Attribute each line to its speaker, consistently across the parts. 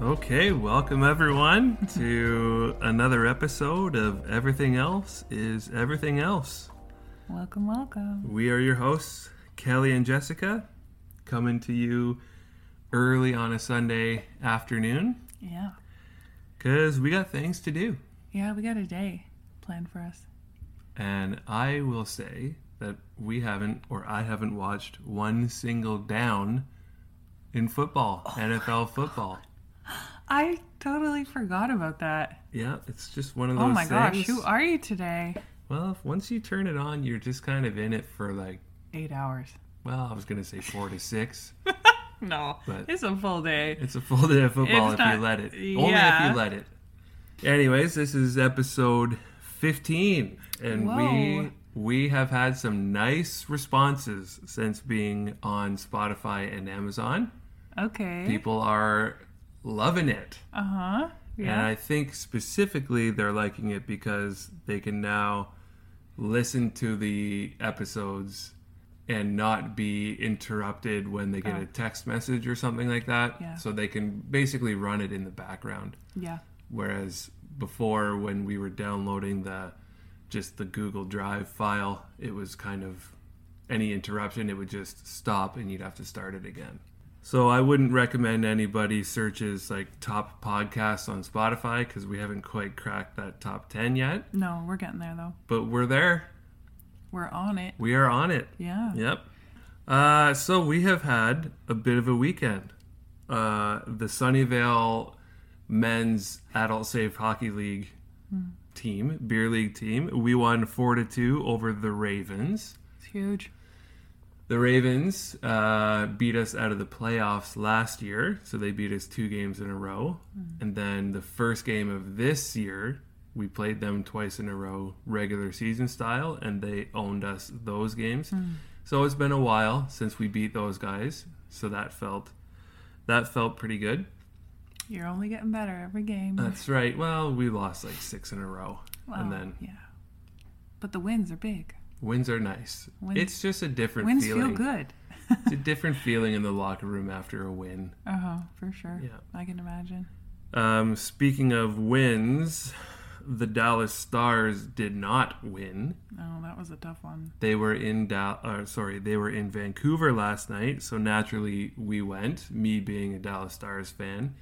Speaker 1: Okay, welcome everyone to another episode of Everything Else is Everything Else.
Speaker 2: Welcome, welcome.
Speaker 1: We are your hosts, Kelly and Jessica, coming to you early on a Sunday afternoon
Speaker 2: Yeah.
Speaker 1: because we got things to do.
Speaker 2: Yeah, we got a day planned for us.
Speaker 1: And I will say that we haven't, or I haven't watched one single down in football,
Speaker 2: Oh
Speaker 1: NFL football.
Speaker 2: I totally forgot about that.
Speaker 1: Yeah, it's just one of those
Speaker 2: Oh my gosh,
Speaker 1: things.
Speaker 2: who are you today?
Speaker 1: Well, once you turn it on, you're just kind of in it for like,
Speaker 2: Eight hours.
Speaker 1: well, I was going to say four to six.
Speaker 2: No,
Speaker 1: But-
Speaker 2: it's a full day.
Speaker 1: It's a full day of football
Speaker 2: It's
Speaker 1: if
Speaker 2: not-
Speaker 1: you let it. Only
Speaker 2: yeah.
Speaker 1: if you let it. Anyways, this is episode 15 and we
Speaker 2: Whoa.
Speaker 1: we have had some nice responses since being on Spotify and Amazon.
Speaker 2: Okay.
Speaker 1: People are loving it.
Speaker 2: Uh huh.
Speaker 1: And
Speaker 2: Yeah.
Speaker 1: I think specifically they're liking it because they can now listen to the episodes and not be interrupted when they get a text message or something like that.
Speaker 2: Yeah.
Speaker 1: So they can basically run it in the background.
Speaker 2: Yeah.
Speaker 1: Whereas before, when we were downloading the just the Google Drive file, it was kind of any interruption, it would just stop and you'd have to start it again. So I wouldn't recommend anybody searches like top podcasts on Spotify because we haven't quite cracked that top 10 yet,
Speaker 2: No, we're getting there though.
Speaker 1: but we're there.
Speaker 2: We're on it.
Speaker 1: We are on it.
Speaker 2: Yeah.
Speaker 1: Yep. Uh, so we have had a bit of a weekend. Uh, the Sunnyvale men's adult safe hockey league team, beer league team, we won four to two over the Ravens.
Speaker 2: It's huge.
Speaker 1: The Ravens uh, beat us out of the playoffs last year, so they beat us two games in a row.
Speaker 2: Mm.
Speaker 1: And then the first game of this year, we played them twice in a row, regular season style, and they owned us those games.
Speaker 2: Mm.
Speaker 1: So it's been a while since we beat those guys, so that felt that felt pretty good.
Speaker 2: You're only getting better every game.
Speaker 1: That's right. Well, we lost like six in a row,
Speaker 2: Wow,
Speaker 1: and then
Speaker 2: yeah. But the wins are big.
Speaker 1: wins are nice.
Speaker 2: Wins-
Speaker 1: it's just a different
Speaker 2: Wins
Speaker 1: feeling.
Speaker 2: feel good.
Speaker 1: It's a different feeling in the locker room after a win.
Speaker 2: Uh huh. For sure.
Speaker 1: Yeah.
Speaker 2: I can imagine.
Speaker 1: Um, speaking of wins, the Dallas Stars did not win.
Speaker 2: Oh, that was a tough one.
Speaker 1: They were in Dal- uh, sorry, they were in Vancouver last night, so naturally we went. Me being a Dallas Stars fan,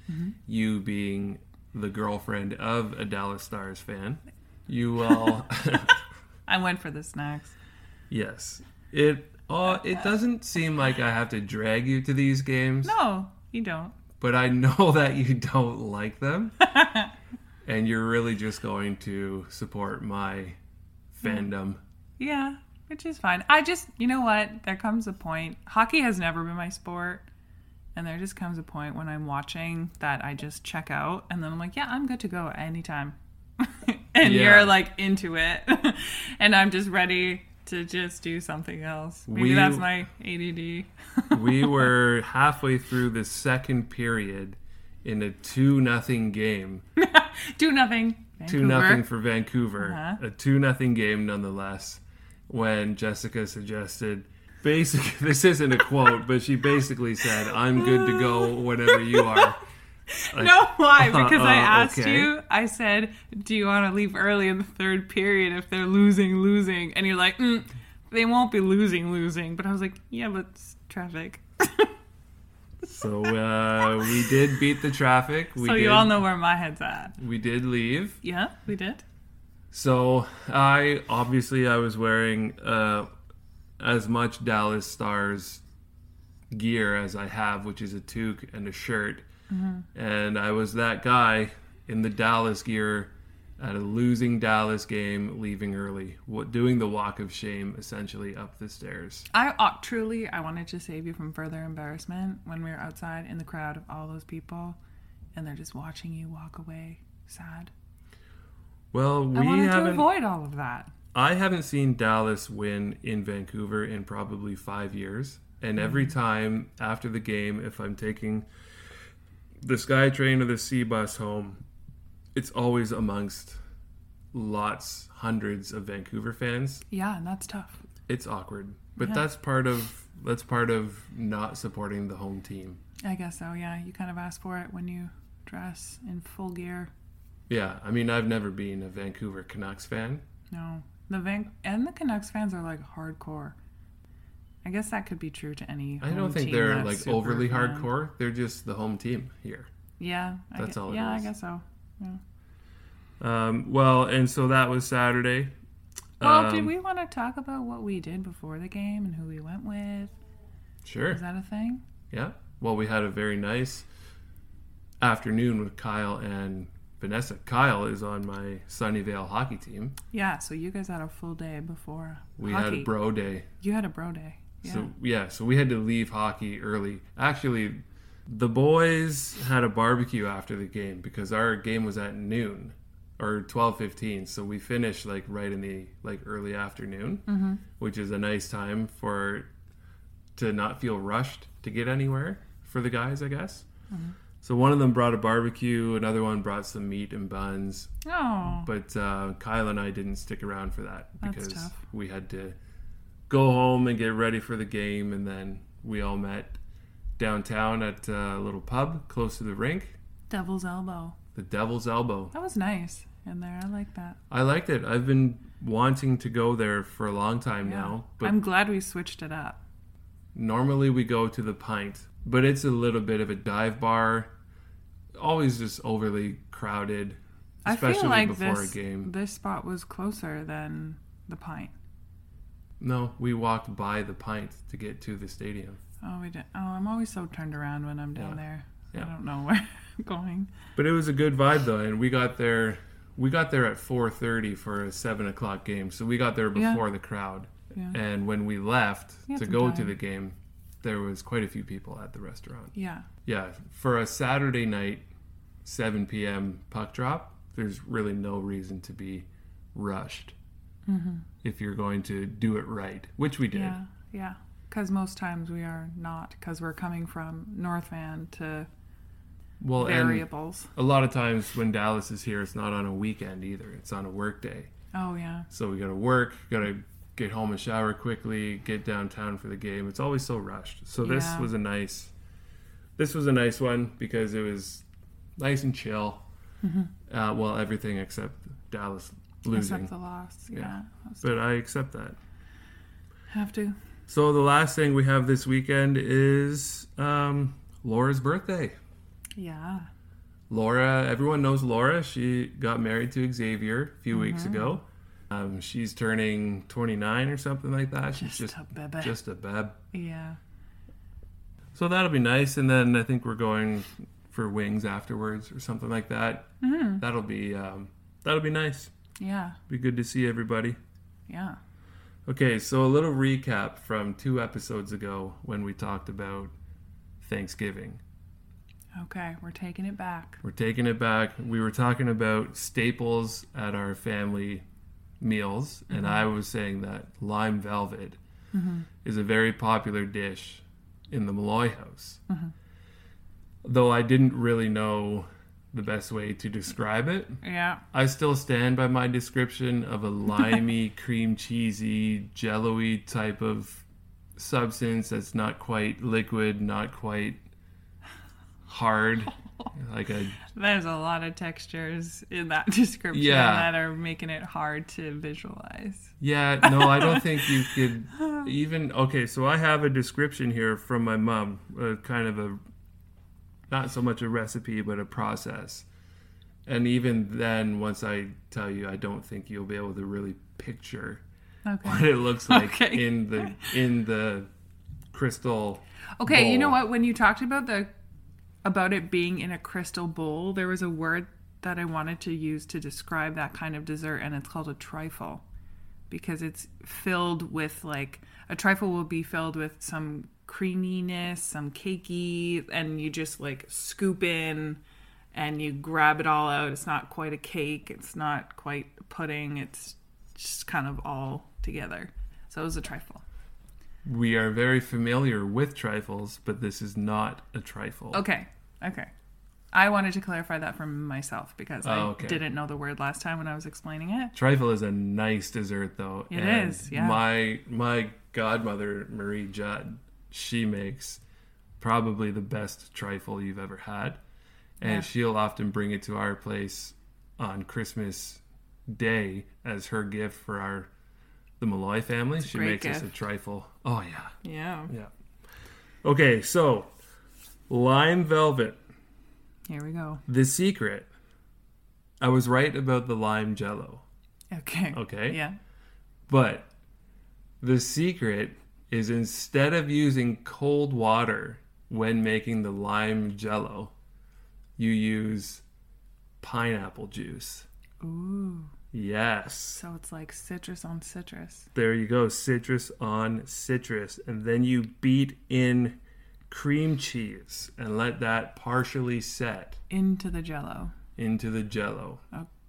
Speaker 1: you being the girlfriend of a Dallas Stars fan, you all,
Speaker 2: I went for the snacks.
Speaker 1: yes, it. Uh, it doesn't seem like I have to drag you to these games.
Speaker 2: No, you don't.
Speaker 1: but I know that you don't like them. and you're really just going to support my fandom.
Speaker 2: Mm. Yeah, which is fine. I just, you know what? There comes a point. Hockey has never been my sport. And there just comes a point when I'm watching that I just check out and then I'm like, yeah, I'm good to go anytime. and
Speaker 1: Yeah.
Speaker 2: you're like into it. and I'm just ready to just do something else. Maybe
Speaker 1: We-
Speaker 2: that's my ADD.
Speaker 1: we were halfway through the second period in a 2 nothing game.
Speaker 2: do nothing.
Speaker 1: 2 nothing for Vancouver.
Speaker 2: Uh-huh.
Speaker 1: A 2 nothing game nonetheless when Jessica suggested basic this isn't a quote, but she basically said, "I'm good to go whenever you are."
Speaker 2: No, why? Because I
Speaker 1: Uh,
Speaker 2: asked
Speaker 1: okay.
Speaker 2: you, I said, Do you want to leave early in the third period if they're losing, losing? And you're like, mm, They won't be losing, losing. But I was like, Yeah, but it's traffic.
Speaker 1: So uh, we did beat the traffic. We
Speaker 2: so
Speaker 1: did,
Speaker 2: you all know where my head's at.
Speaker 1: we did leave.
Speaker 2: Yeah, we did.
Speaker 1: So I obviously I was wearing uh, as much Dallas Stars gear as I have, which is a toque and a shirt,
Speaker 2: Mm-hmm.
Speaker 1: and I was that guy in the Dallas gear at a losing Dallas game, leaving early, what, doing the walk of shame essentially up the stairs.
Speaker 2: I uh, truly, I wanted to save you from further embarrassment when we were outside in the crowd of all those people and they're just watching you walk away sad.
Speaker 1: Well, we
Speaker 2: I wanted to
Speaker 1: haven't.
Speaker 2: avoid all of that.
Speaker 1: I haven't seen Dallas win in Vancouver in probably five years. And every
Speaker 2: Mm.
Speaker 1: time after the game, if I'm taking the SkyTrain or the Sea Bus home, it's always amongst lots, hundreds of Vancouver fans.
Speaker 2: Yeah, and that's tough.
Speaker 1: It's awkward, but that's part of that's part of not supporting the home team.
Speaker 2: I guess so, yeah. You kind of asked for it when you dress in full gear.
Speaker 1: Yeah, I mean, I've never been a Vancouver Canucks fan.
Speaker 2: No, the Van and the Canucks fans are like hardcore. I guess that could be true to any.
Speaker 1: I don't
Speaker 2: home
Speaker 1: think
Speaker 2: team
Speaker 1: they're
Speaker 2: that's
Speaker 1: like
Speaker 2: super
Speaker 1: overly
Speaker 2: fan.
Speaker 1: hardcore. They're just the home team here.
Speaker 2: Yeah, I
Speaker 1: That's
Speaker 2: gue-
Speaker 1: all it
Speaker 2: yeah,
Speaker 1: is.
Speaker 2: I guess so.
Speaker 1: Um, well, and so that was Saturday.
Speaker 2: Well,
Speaker 1: Um,
Speaker 2: did we want to talk about what we did before the game and who we went with?
Speaker 1: Sure.
Speaker 2: Is that a thing?
Speaker 1: Yeah. Well, we had a very nice afternoon with Kyle and Vanessa. Kyle is on my Sunnyvale hockey team.
Speaker 2: Yeah. So you guys had a full day before
Speaker 1: We
Speaker 2: hockey.
Speaker 1: had bro day.
Speaker 2: you had a bro day. Yeah.
Speaker 1: So yeah, so we had to leave hockey early. Actually, the boys had a barbecue after the game because our game was at noon or 12:15, so we finished like right in the like early afternoon, which is a nice time for to not feel rushed to get anywhere for the guys, I guess. So one of them brought a barbecue, another one brought some meat and buns,
Speaker 2: oh,
Speaker 1: but uh, Kyle and I didn't stick around for that
Speaker 2: That's
Speaker 1: because
Speaker 2: tough.
Speaker 1: we had to go home and get ready for the game. And then we all met downtown at uh, a little pub close to the rink,
Speaker 2: Devil's Elbow.
Speaker 1: the Devil's Elbow.
Speaker 2: That was nice in there. I like that.
Speaker 1: I liked it. I've been wanting to go there for a long time
Speaker 2: Yeah.
Speaker 1: now, but
Speaker 2: I'm glad we switched it up.
Speaker 1: normally we go to the Pint, but it's a little bit of a dive bar. Always just overly crowded, especially
Speaker 2: I feel like
Speaker 1: before
Speaker 2: this,
Speaker 1: a game.
Speaker 2: this spot was closer than the pint.
Speaker 1: No, we walked by the Pint to get to the stadium.
Speaker 2: Oh, we did. Oh, I'm always so turned around when I'm down
Speaker 1: Yeah.
Speaker 2: there.
Speaker 1: Yeah.
Speaker 2: I don't know where I'm going.
Speaker 1: But it was a good vibe though, and we got there. We got there at four thirty for a seven o'clock game, so we got there
Speaker 2: Yeah.
Speaker 1: before the crowd.
Speaker 2: Yeah.
Speaker 1: And when we left
Speaker 2: You had
Speaker 1: to
Speaker 2: some
Speaker 1: go to
Speaker 2: time.
Speaker 1: the game, there was quite a few people at the restaurant.
Speaker 2: Yeah.
Speaker 1: Yeah, for a Saturday night, seven p.m. puck drop. There's really no reason to be rushed if you're going to do it right, which we did.
Speaker 2: Mm-hmm. Yeah. Yeah. Because most times we are not, because we're coming from North Van to
Speaker 1: Well, and
Speaker 2: variables.
Speaker 1: a lot of times when Dallas is here, it's not on a weekend either. It's on a work day.
Speaker 2: Oh, yeah.
Speaker 1: So we gotta work, gotta get home and shower quickly, get downtown for the game. It's always so rushed. So this
Speaker 2: Yeah.
Speaker 1: was a nice, this was a nice one because it was nice and chill. Uh, well, everything except Dallas losing,
Speaker 2: Except the loss.
Speaker 1: Yeah.
Speaker 2: Yeah.
Speaker 1: but I accept that.
Speaker 2: Have to.
Speaker 1: So the last thing we have this weekend is um, Laura's birthday.
Speaker 2: Yeah.
Speaker 1: Laura, everyone knows Laura. She got married to Xavier a few weeks ago. Um, she's turning 29 or something like that. She's just
Speaker 2: Just, a bebe.
Speaker 1: just a bab.
Speaker 2: yeah.
Speaker 1: So that'll be nice. And then I think we're going for wings afterwards or something like that.
Speaker 2: Mm.
Speaker 1: That'll be um, that'll be nice.
Speaker 2: Yeah.
Speaker 1: Be good to see everybody.
Speaker 2: Yeah.
Speaker 1: Okay, so a little recap from two episodes ago when we talked about Thanksgiving.
Speaker 2: Okay. We're taking it back.
Speaker 1: We're taking it back. We were talking about staples at our family meals, and I was saying that lime velvet is a very popular dish in the Malloy house. Though I didn't really know the best way to describe it,
Speaker 2: Yeah.
Speaker 1: I still stand by my description of a limey, cream cheesy, jello-y type of substance that's not quite liquid, not quite hard, like a
Speaker 2: There's a lot of textures in that description
Speaker 1: Yeah.
Speaker 2: that are making it hard to visualize.
Speaker 1: Yeah, no, I don't think you could even. Okay, so I have a description here from my mom, uh, kind of a not so much a recipe, but a process. And even then, once I tell you, I don't think you'll be able to really picture what
Speaker 2: Okay.
Speaker 1: it looks like
Speaker 2: Okay.
Speaker 1: in the in the crystal.
Speaker 2: Okay, you know
Speaker 1: Bowl.
Speaker 2: what? When you talked about the about it being in a crystal bowl, there was a word that I wanted to use to describe that kind of dessert and it's called a trifle because it's filled with like a trifle will be filled with some creaminess, some cakey and you just like scoop in and you grab it all out. It's not quite a cake, it's not quite pudding, it's just kind of all together. So it was a trifle.
Speaker 1: We are very familiar with trifles, but this is not a trifle.
Speaker 2: Okay. Okay. I wanted to clarify that for myself because I
Speaker 1: Oh, okay.
Speaker 2: didn't know the word last time when I was explaining it.
Speaker 1: Trifle is a nice dessert, though.
Speaker 2: It
Speaker 1: and
Speaker 2: is, yeah.
Speaker 1: My my godmother Marie Judd, she makes probably the best trifle you've ever had. and
Speaker 2: Yeah.
Speaker 1: she'll often bring it to our place on Christmas Day as her gift for our the Malloy family. she
Speaker 2: great
Speaker 1: makes us a
Speaker 2: gift.
Speaker 1: trifle. Oh yeah,
Speaker 2: Yeah.
Speaker 1: yeah. Okay, so lime velvet,
Speaker 2: Here we go.
Speaker 1: the secret. I was right about the lime jello,
Speaker 2: Okay.
Speaker 1: Okay.
Speaker 2: Yeah.
Speaker 1: but the secret is instead of using cold water when making the lime jello, you use pineapple juice.
Speaker 2: Ooh.
Speaker 1: Yes.
Speaker 2: So it's like citrus on citrus.
Speaker 1: There you go, citrus on citrus. And then you beat in cream cheese and let that partially set
Speaker 2: Into the jello.
Speaker 1: into the jello.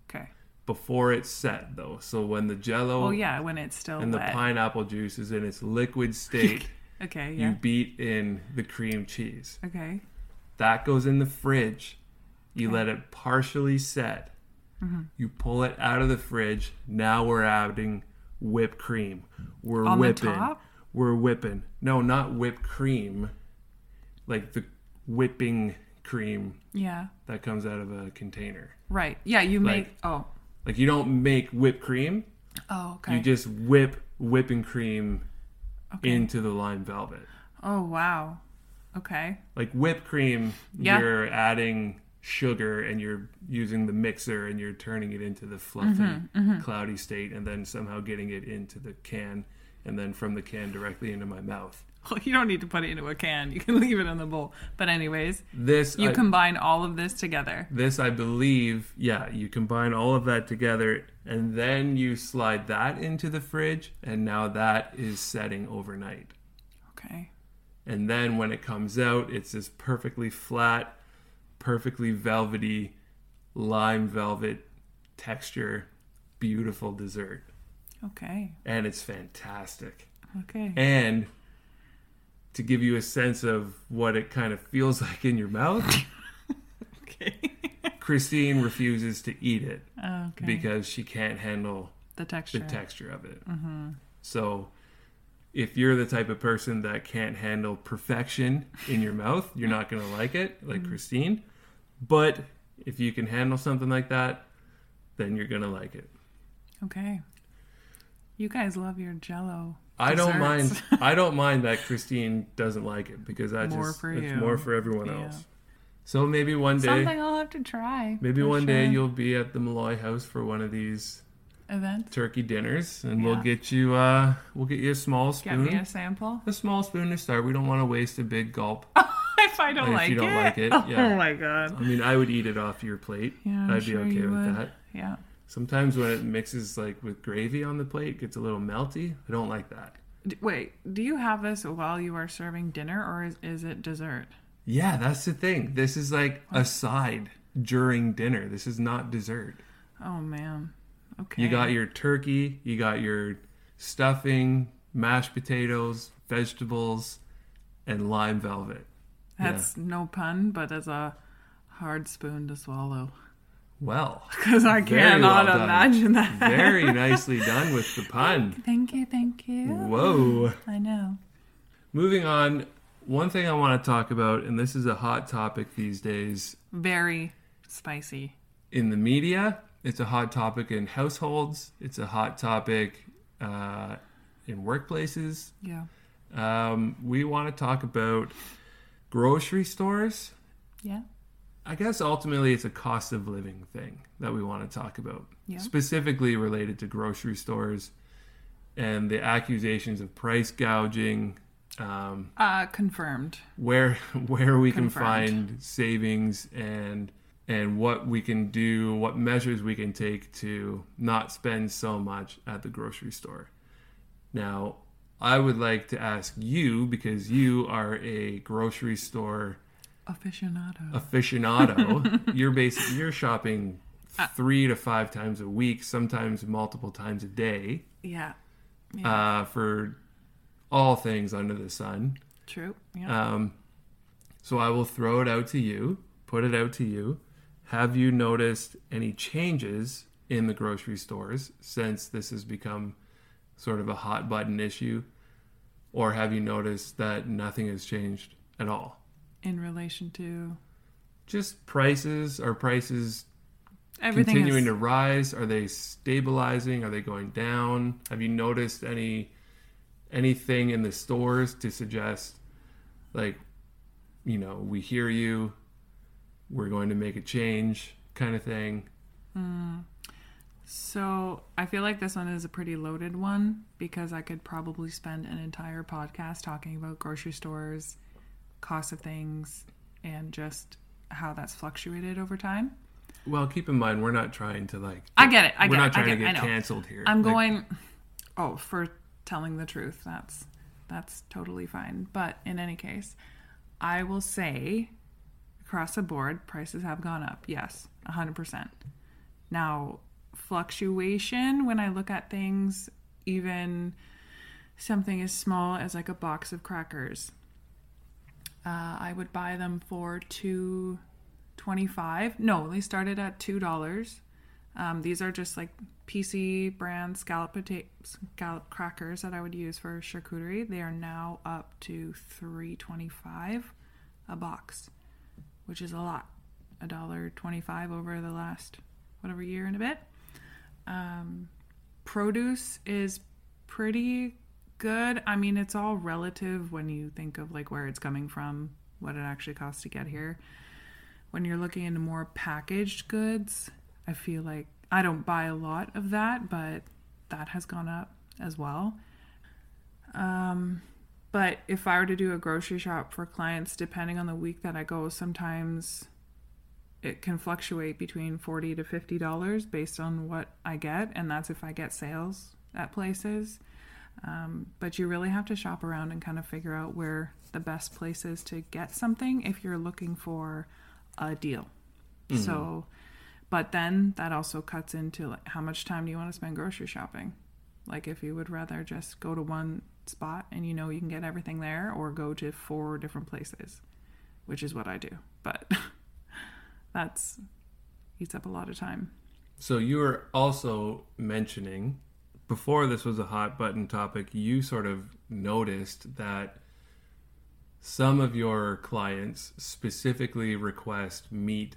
Speaker 2: Okay.
Speaker 1: Before it's set, though. So when the jello
Speaker 2: Oh yeah, when it's still
Speaker 1: and the
Speaker 2: wet.
Speaker 1: pineapple juice is in its liquid state,
Speaker 2: okay,
Speaker 1: you
Speaker 2: yeah.
Speaker 1: beat in the cream cheese.
Speaker 2: Okay.
Speaker 1: That goes in the fridge. You let it partially set.
Speaker 2: Mm-hmm.
Speaker 1: You pull it out of the fridge. Now we're adding whipped cream. We're
Speaker 2: On the
Speaker 1: whipping.
Speaker 2: top?
Speaker 1: We're whipping. No, not whipped cream. Like the whipping cream
Speaker 2: Yeah.
Speaker 1: that comes out of a container.
Speaker 2: Right. Yeah, you
Speaker 1: Like-
Speaker 2: make oh.
Speaker 1: Like you don't make whipped cream.
Speaker 2: Oh, okay.
Speaker 1: You just whip whipping cream
Speaker 2: Okay.
Speaker 1: into the lime velvet.
Speaker 2: oh wow. Okay.
Speaker 1: like whipped cream
Speaker 2: Yeah.
Speaker 1: you're adding sugar and you're using the mixer and you're turning it into the fluffy
Speaker 2: Mm-hmm,
Speaker 1: cloudy state and then somehow getting it into the can and then from the can directly into my mouth
Speaker 2: Well, you don't need to put it into a can. You can leave it in the bowl. But anyways,
Speaker 1: this
Speaker 2: you
Speaker 1: I,
Speaker 2: combine all of this together.
Speaker 1: this i believe yeah you combine all of that together and then you slide that into the fridge and now that is setting overnight
Speaker 2: Okay.
Speaker 1: And then when it comes out, it's this perfectly flat, perfectly velvety, lime velvet texture, beautiful dessert.
Speaker 2: Okay.
Speaker 1: And it's fantastic.
Speaker 2: Okay.
Speaker 1: And to give you a sense of what it kind of feels like in your mouth,
Speaker 2: okay.
Speaker 1: Christine refuses to eat it
Speaker 2: Oh, okay.
Speaker 1: because she can't handle
Speaker 2: the texture.
Speaker 1: the texture of it.
Speaker 2: Mm-hmm.
Speaker 1: So, if you're the type of person that can't handle perfection in your mouth, you're not going to like it,
Speaker 2: Mm-hmm.
Speaker 1: like Christine. But if you can handle something like that, then you're going to like it.
Speaker 2: okay. You guys love your jello.
Speaker 1: I don't mind.
Speaker 2: Desserts.
Speaker 1: I don't mind that Christine doesn't like it because that
Speaker 2: More
Speaker 1: just
Speaker 2: for
Speaker 1: it's
Speaker 2: you.
Speaker 1: more for everyone
Speaker 2: Yeah.
Speaker 1: else. So maybe one day,
Speaker 2: Something I'll have to try.
Speaker 1: maybe
Speaker 2: for
Speaker 1: one day
Speaker 2: sure.
Speaker 1: you'll be at the Malloy house for one of these
Speaker 2: events.
Speaker 1: turkey dinners, and we'll
Speaker 2: Yeah.
Speaker 1: get you. Uh, we'll get you a small
Speaker 2: Get
Speaker 1: spoon.
Speaker 2: me a sample.
Speaker 1: a small spoon to start. We don't want to waste a big gulp.
Speaker 2: if I don't
Speaker 1: If
Speaker 2: like
Speaker 1: you don't
Speaker 2: it.
Speaker 1: like it,
Speaker 2: Oh
Speaker 1: yeah.
Speaker 2: my god.
Speaker 1: I mean, I would eat it off your plate.
Speaker 2: Yeah, I'm
Speaker 1: I'd
Speaker 2: sure
Speaker 1: be okay
Speaker 2: you
Speaker 1: with
Speaker 2: would.
Speaker 1: that.
Speaker 2: Yeah.
Speaker 1: Sometimes when it mixes like with gravy on the plate, it gets a little melty. I don't like that.
Speaker 2: D- wait, do you have this while you are serving dinner or is, is it dessert?
Speaker 1: Yeah, that's the thing. This is like a side during dinner. This is not dessert.
Speaker 2: Oh man. Okay.
Speaker 1: You got your turkey, you got your stuffing, mashed potatoes, vegetables, and lime velvet.
Speaker 2: That's no pun, but it's a hard spoon to swallow.
Speaker 1: Well,
Speaker 2: Because I
Speaker 1: Very
Speaker 2: cannot
Speaker 1: well done.
Speaker 2: imagine that.
Speaker 1: very nicely done with the pun.
Speaker 2: Thank you, thank you.
Speaker 1: Whoa.
Speaker 2: I know.
Speaker 1: Moving on, one thing I want to talk about, and this is a hot topic these days
Speaker 2: Very spicy.
Speaker 1: in the media, it's a hot topic in households, it's a hot topic uh, in workplaces.
Speaker 2: Yeah.
Speaker 1: Um, we want to talk about grocery stores.
Speaker 2: Yeah.
Speaker 1: I guess ultimately it's a cost of living thing that we want to talk about,
Speaker 2: Yeah.
Speaker 1: specifically related to grocery stores and the accusations of price gouging. Um,
Speaker 2: Uh confirmed.
Speaker 1: where where we can
Speaker 2: Confirmed.
Speaker 1: find savings and and what we can do, what measures we can take to not spend so much at the grocery store. Now, I would like to ask you because you are a grocery store
Speaker 2: Aficionado.
Speaker 1: aficionado. you're basically you're shopping 3 to 5 times a week, sometimes multiple times a day,
Speaker 2: yeah.
Speaker 1: uh, for all things under the sun.
Speaker 2: True. Yeah.
Speaker 1: Um, so I will throw it out to you, put it out to you. Have you noticed any changes in the grocery stores since this has become sort of a hot button issue? Or have you noticed that nothing has changed at all?
Speaker 2: In relation to
Speaker 1: just prices? Are prices
Speaker 2: Everything
Speaker 1: continuing
Speaker 2: is,
Speaker 1: to rise? Are they stabilizing? Are they going down? Have you noticed any anything in the stores to suggest like you know, we hear you, we're going to make a change kind of thing?
Speaker 2: So I feel like this one is a pretty loaded one because I could probably spend an entire podcast talking about grocery stores, cost of things, and just how that's fluctuated over time.
Speaker 1: Well, keep in mind we're not trying to like
Speaker 2: I get it. I
Speaker 1: we're
Speaker 2: get
Speaker 1: not
Speaker 2: it. I
Speaker 1: trying
Speaker 2: get it.
Speaker 1: to
Speaker 2: I
Speaker 1: get
Speaker 2: know.
Speaker 1: canceled here.
Speaker 2: I'm
Speaker 1: Like,
Speaker 2: going. Oh, for telling the truth, that's that's totally fine. But in any case, I will say, across the board, prices have gone up. Yes, hundred percent. Now, fluctuation when I look at things, even something as small as like a box of crackers, uh, I would buy them for two twenty-five. No, they started at two dollars. Um, these are just like PC brand scallop pota- scallop crackers that I would use for charcuterie. They are now up to three twenty-five a box, which is a lot. A dollar twenty-five over the last whatever year and a bit. Um, produce is pretty good. I mean, it's all relative when you think of like where it's coming from, what it actually costs to get here when you're looking into more packaged goods, I feel like I don't buy a lot of that, but that has gone up as well. Um, but if I were to do a grocery shop for clients, depending on the week that I go, sometimes it can fluctuate between forty to fifty dollars based on what I get, and that's if I get sales at places. Um, but you really have to shop around and kind of figure out where the best place is to get something if you're looking for a deal.
Speaker 1: Mm-hmm.
Speaker 2: So, but then that also cuts into like, how much time do you want to spend grocery shopping? Like, if you would rather just go to one spot and you know you can get everything there, or go to four different places, which is what I do. But that's eats up a lot of time.
Speaker 1: So you were also mentioning before this was a hot button topic, you sort of noticed that some of your clients specifically request meat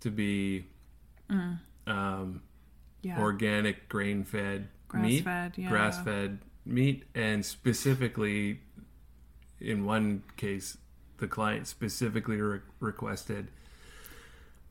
Speaker 1: to be um,
Speaker 2: Mm. Yeah,
Speaker 1: organic, grain fed meat,
Speaker 2: grass-fed. Yeah,
Speaker 1: grass fed meat, and specifically, in one case, the client specifically re- requested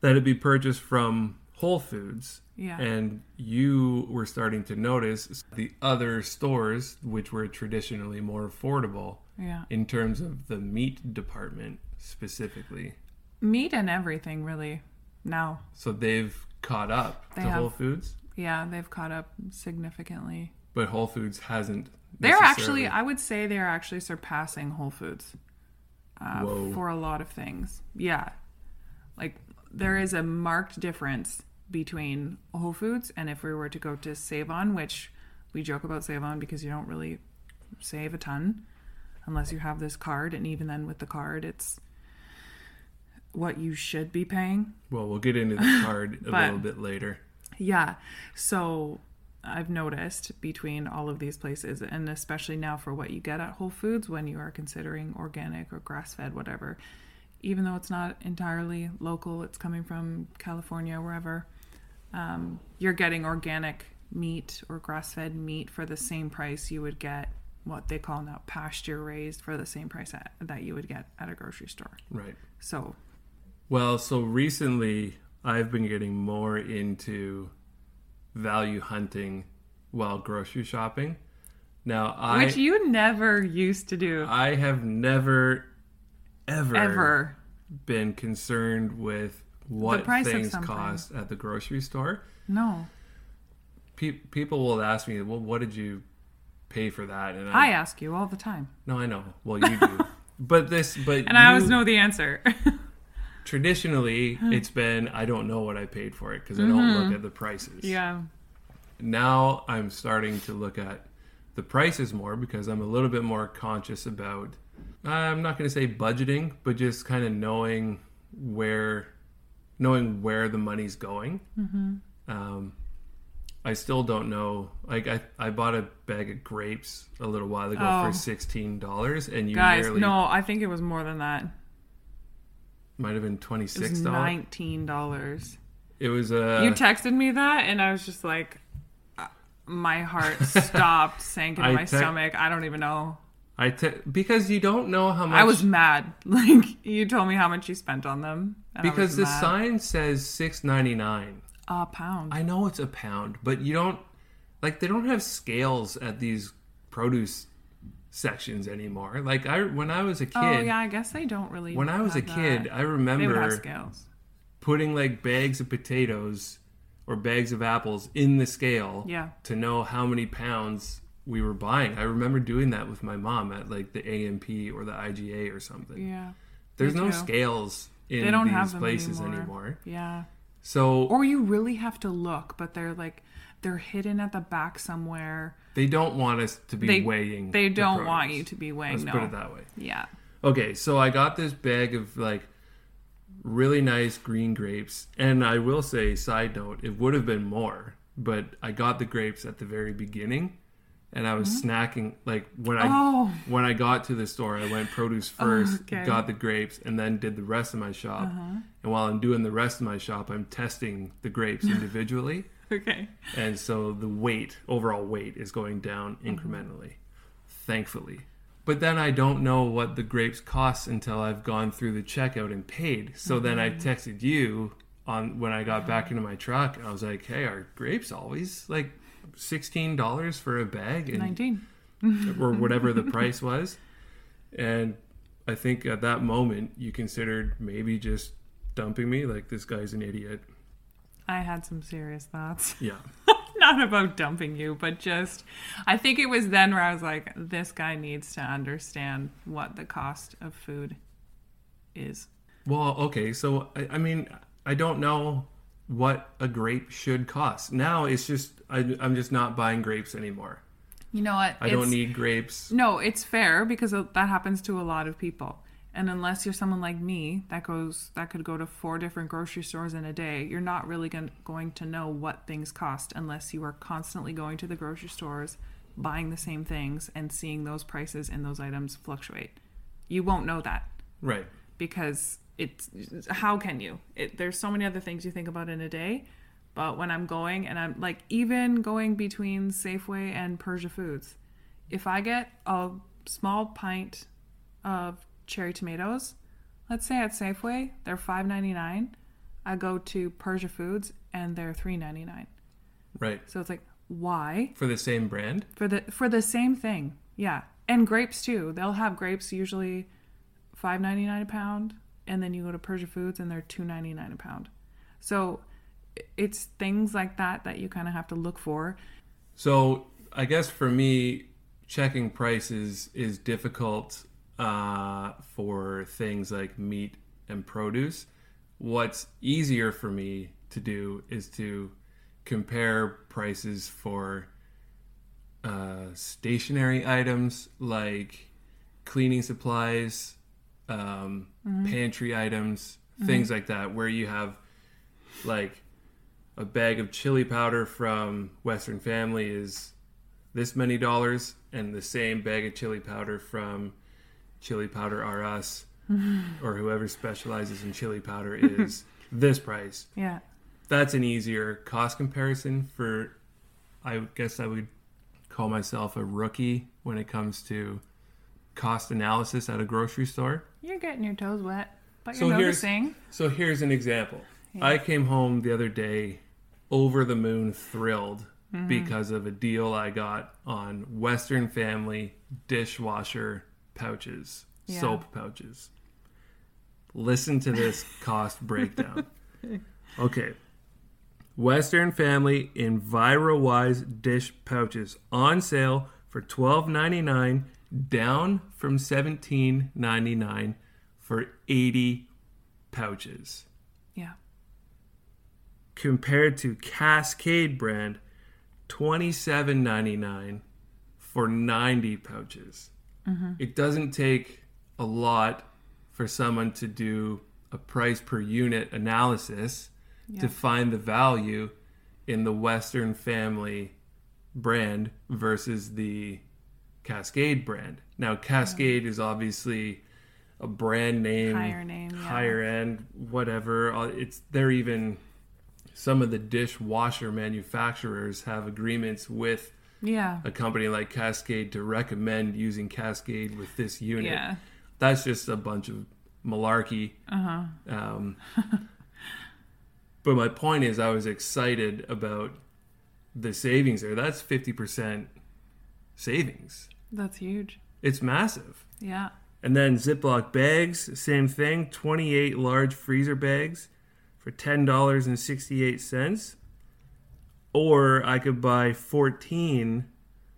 Speaker 1: that it be purchased from Whole Foods
Speaker 2: Yeah.
Speaker 1: and you were starting to notice the other stores which were traditionally more affordable
Speaker 2: yeah.
Speaker 1: in terms of the meat department specifically
Speaker 2: Meat and everything, really. Now,
Speaker 1: so they've caught up
Speaker 2: They
Speaker 1: to
Speaker 2: have.
Speaker 1: whole foods
Speaker 2: yeah, they've caught up significantly.
Speaker 1: but whole foods hasn't
Speaker 2: They're actually,
Speaker 1: necessarily-
Speaker 2: I would say, they're actually surpassing Whole Foods uh,
Speaker 1: Whoa.
Speaker 2: for a lot of things. Yeah. Like, there is a marked difference between Whole Foods and if we were to go to Save On, which we joke about Save On because you don't really save a ton unless you have this card. And even then, with the card, it's what you should be paying.
Speaker 1: well we'll get into the card a
Speaker 2: But-
Speaker 1: little bit later
Speaker 2: Yeah. So I've noticed between all of these places, and especially now for what you get at Whole Foods when you are considering organic or grass fed, whatever, even though it's not entirely local, it's coming from California, wherever, um, you're getting organic meat or grass fed meat for the same price you would get what they call now pasture raised for the same price that, that you would get at a grocery store.
Speaker 1: right
Speaker 2: So,
Speaker 1: Well, so recently I've been getting more into value hunting while grocery shopping. Now I
Speaker 2: which you never used to do
Speaker 1: I have never ever,
Speaker 2: ever.
Speaker 1: been concerned with what
Speaker 2: price of
Speaker 1: things
Speaker 2: something.
Speaker 1: cost at the grocery store.
Speaker 2: No.
Speaker 1: Pe- people will ask me, "Well, what did you pay for that?" And I,
Speaker 2: I ask you all the time.
Speaker 1: no, I know. Well, you do. But this, but
Speaker 2: And I always
Speaker 1: you-
Speaker 2: know the answer.
Speaker 1: traditionally, it's been I don't know what I paid for it because I don't
Speaker 2: Mm-hmm.
Speaker 1: look at the prices.
Speaker 2: yeah.
Speaker 1: now I'm starting to look at the prices more because I'm a little bit more conscious about I'm not going to say budgeting, but just kind of knowing where knowing where the money's going.
Speaker 2: Mm-hmm.
Speaker 1: Um, I still don't know. Like I, I bought a bag of grapes a little while ago
Speaker 2: Oh.
Speaker 1: for sixteen dollars, and you
Speaker 2: Guys,
Speaker 1: nearly
Speaker 2: no, I think it was more than that.
Speaker 1: might have been twenty
Speaker 2: It was
Speaker 1: six dollars.
Speaker 2: nineteen dollars.
Speaker 1: It was uh,
Speaker 2: you texted me that, and I was just like, uh, my heart stopped, sank into
Speaker 1: I
Speaker 2: my
Speaker 1: tec-
Speaker 2: stomach. I don't even know.
Speaker 1: I te- because you don't know how much
Speaker 2: I was mad. Like you told me how much you spent on them. and I
Speaker 1: because
Speaker 2: was
Speaker 1: the
Speaker 2: mad. Ah,
Speaker 1: sign says six ninety nine.
Speaker 2: a pound.
Speaker 1: I know it's a pound, but you don't like they don't have scales at these produce sections anymore. Like I when I was a kid,
Speaker 2: oh yeah, I guess they don't really.
Speaker 1: when I was a
Speaker 2: have
Speaker 1: kid,
Speaker 2: that.
Speaker 1: I
Speaker 2: they would
Speaker 1: remember
Speaker 2: have scales.
Speaker 1: putting like bags of potatoes or bags of apples in the scale
Speaker 2: Yeah.
Speaker 1: to know how many pounds we were buying. I remember doing that with my mom at like the AMP or the IGA or something.
Speaker 2: Yeah,
Speaker 1: There's
Speaker 2: me
Speaker 1: no
Speaker 2: too.
Speaker 1: scales in
Speaker 2: They don't
Speaker 1: these
Speaker 2: have them
Speaker 1: places
Speaker 2: anymore.
Speaker 1: anymore.
Speaker 2: yeah.
Speaker 1: So
Speaker 2: Or you really have to look, but they're like they're hidden at the back somewhere.
Speaker 1: they don't want us to be
Speaker 2: They-
Speaker 1: weighing.
Speaker 2: They
Speaker 1: the
Speaker 2: don't want
Speaker 1: produce.
Speaker 2: you to be weighing.
Speaker 1: Let's
Speaker 2: no.
Speaker 1: put it that way.
Speaker 2: Yeah.
Speaker 1: Okay, so I got this bag of like really nice green grapes, and I will say, side note, it would have been more, but I got the grapes at the very beginning, and I was snacking like when I
Speaker 2: Mm-hmm. Oh.
Speaker 1: when I got to the store, I went produce first,
Speaker 2: okay. Uh-huh.
Speaker 1: got the grapes, and then did the rest of my shop. And while I'm doing the rest of my shop, I'm testing the grapes individually,
Speaker 2: Okay.
Speaker 1: and so the weight, overall weight, is going down incrementally, thankfully. But then I don't know what the grapes cost until I've gone through the checkout and paid. So then I texted you on when I got back into my truck, and I was like, "Hey, are grapes always like sixteen dollars for a bag, and,
Speaker 2: Nineteen.
Speaker 1: or whatever the price was?" And I think at that moment you considered maybe just dumping me, like this guy's an idiot.
Speaker 2: I had some serious thoughts.
Speaker 1: Yeah.
Speaker 2: Not about dumping you, but just I think it was then where I was like, this guy needs to understand what the cost of food is.
Speaker 1: Well, okay, so I, I mean, I don't know what a grape should cost. Now it's just I, I'm just not buying grapes anymore.
Speaker 2: You know what?
Speaker 1: I don't need grapes.
Speaker 2: No, it's fair because that happens to a lot of people. And unless you're someone like me that goes that could go to four different grocery stores in a day, you're not really gon- going to know what things cost unless you are constantly going to the grocery stores, buying the same things and seeing those prices and those items fluctuate. You won't know that
Speaker 1: Right.
Speaker 2: because it's how can you? It, there's so many other things you think about in a day, but when I'm going and I'm like even going between Safeway and Persia Foods, if I get a small pint of cherry tomatoes, let's say at Safeway they're 5.99, I go to Persia Foods and they're 3.99.
Speaker 1: Right.
Speaker 2: So it's like why?
Speaker 1: For the same brand?
Speaker 2: for the for the same thing yeah and grapes too they'll have grapes usually 5.99 a pound and then you go to persia foods and they're 2.99 a pound so i- it's things like that that you kind of have to look for
Speaker 1: So I guess for me, checking prices is difficult uh, for things like meat and produce. What's easier for me to do is to compare prices for uh, stationary items like cleaning supplies, um, pantry items, things like that, where you have like a bag of chili powder from Western Family is this many dollars, and the same bag of chili powder from Chili Powder R Us or whoever specializes in chili powder is this price.
Speaker 2: yeah
Speaker 1: That's an easier cost comparison for, I would guess I would call myself a rookie when it comes to cost analysis at a grocery store.
Speaker 2: you're getting your toes wet but
Speaker 1: So
Speaker 2: you're
Speaker 1: here's-
Speaker 2: noticing
Speaker 1: So here's an example. I came home the other day over the moon thrilled because of a deal I got on Western Family dishwasher pouches,
Speaker 2: Yeah.
Speaker 1: soap pouches. Listen to this cost breakdown. Okay. Western Family EnviroWise dish pouches on sale for $12.99, down from $17.99 for 80 pouches
Speaker 2: yeah
Speaker 1: compared to Cascade brand, twenty seven ninety nine for ninety pouches.
Speaker 2: Mm-hmm.
Speaker 1: It doesn't take a lot for someone to do a price per unit analysis
Speaker 2: Yeah.
Speaker 1: to find the value in the Western Family brand versus the Cascade brand. Now, Cascade is obviously a brand name,
Speaker 2: Higher name, yeah.
Speaker 1: higher end, whatever. Uh, It's they're even some of the dishwasher manufacturers have agreements with
Speaker 2: Yeah.
Speaker 1: a company like Cascade to recommend using Cascade with this unit.
Speaker 2: Yeah.
Speaker 1: That's just a bunch of malarkey.
Speaker 2: Uh-huh.
Speaker 1: Um, but my point is, I was excited about the savings there. That's 50% savings.
Speaker 2: That's huge.
Speaker 1: It's massive.
Speaker 2: Yeah.
Speaker 1: And then Ziploc bags, same thing, 28 large freezer bags for $10.68. Or I could buy 14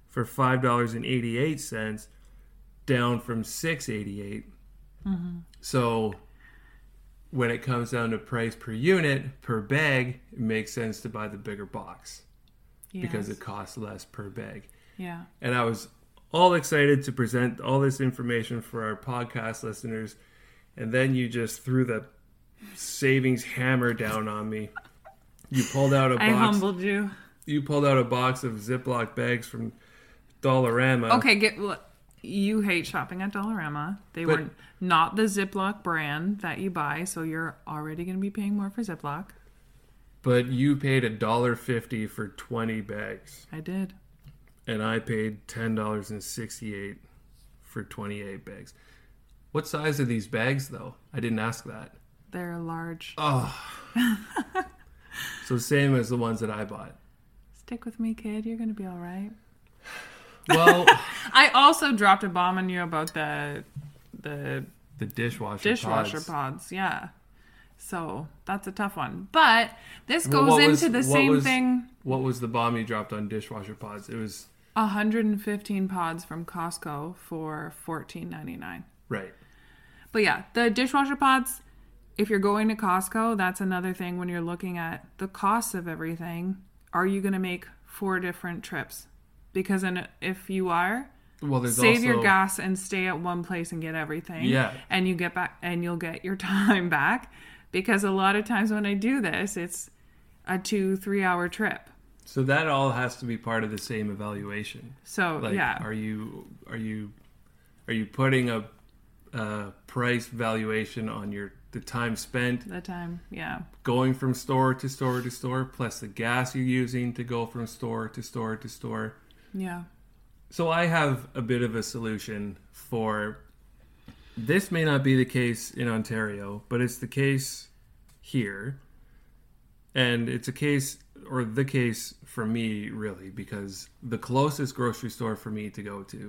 Speaker 1: for $5.88, down from 688. So when it comes down to price per unit, per bag, it makes sense to buy the bigger box
Speaker 2: Yes.
Speaker 1: because it costs less per bag
Speaker 2: Yeah.
Speaker 1: and I was all excited to present all this information for our podcast listeners. And then you just threw the savings hammer down on me. You pulled out a
Speaker 2: I
Speaker 1: box.
Speaker 2: humbled you.
Speaker 1: You pulled out a box of Ziploc bags from Dollarama.
Speaker 2: Okay, get look, you hate shopping at Dollarama. They
Speaker 1: But-
Speaker 2: were not the Ziploc brand that you buy, so you're already going to be paying more for Ziploc.
Speaker 1: But you paid a dollar fifty for twenty bags,
Speaker 2: I did.
Speaker 1: and I paid ten dollars and sixty-eight for twenty-eight bags. What size are these bags, though? I didn't ask that.
Speaker 2: They're large.
Speaker 1: Oh. so same as the ones that I bought.
Speaker 2: Stick with me, kid. You're going to be all right.
Speaker 1: Well,
Speaker 2: I also dropped a bomb on you about the the
Speaker 1: the dishwasher.
Speaker 2: dishwasher
Speaker 1: pods.
Speaker 2: pods. Yeah. So that's a tough one. But this
Speaker 1: Well,
Speaker 2: goes
Speaker 1: what
Speaker 2: into
Speaker 1: was-
Speaker 2: the
Speaker 1: what
Speaker 2: same
Speaker 1: was-
Speaker 2: thing.
Speaker 1: What was the bomb you dropped on dishwasher pods? It was
Speaker 2: 115 pods from Costco for 14.99.
Speaker 1: right.
Speaker 2: But yeah, the dishwasher pods, if you're going to Costco, that's another thing when you're looking at the cost of everything. Are you going to make four different trips? Because in, if you are,
Speaker 1: Well, there's
Speaker 2: save
Speaker 1: also
Speaker 2: your gas and stay at one place and get everything.
Speaker 1: Yeah.
Speaker 2: And you get back and you'll get your time back. Because a lot of times when I do this, it's a two, three hour trip.
Speaker 1: so that all has to be part of the same evaluation.
Speaker 2: So
Speaker 1: Like,
Speaker 2: yeah.
Speaker 1: are you are you are you putting a, a price valuation on your the time spent
Speaker 2: the time. Yeah.
Speaker 1: going from store to store to store, plus the gas you're using to go from store to store to store?
Speaker 2: Yeah.
Speaker 1: So I have a bit of a solution for this may not be the case in Ontario, but it's the case here. And it's a case or the case for me really because the closest grocery store for me to go to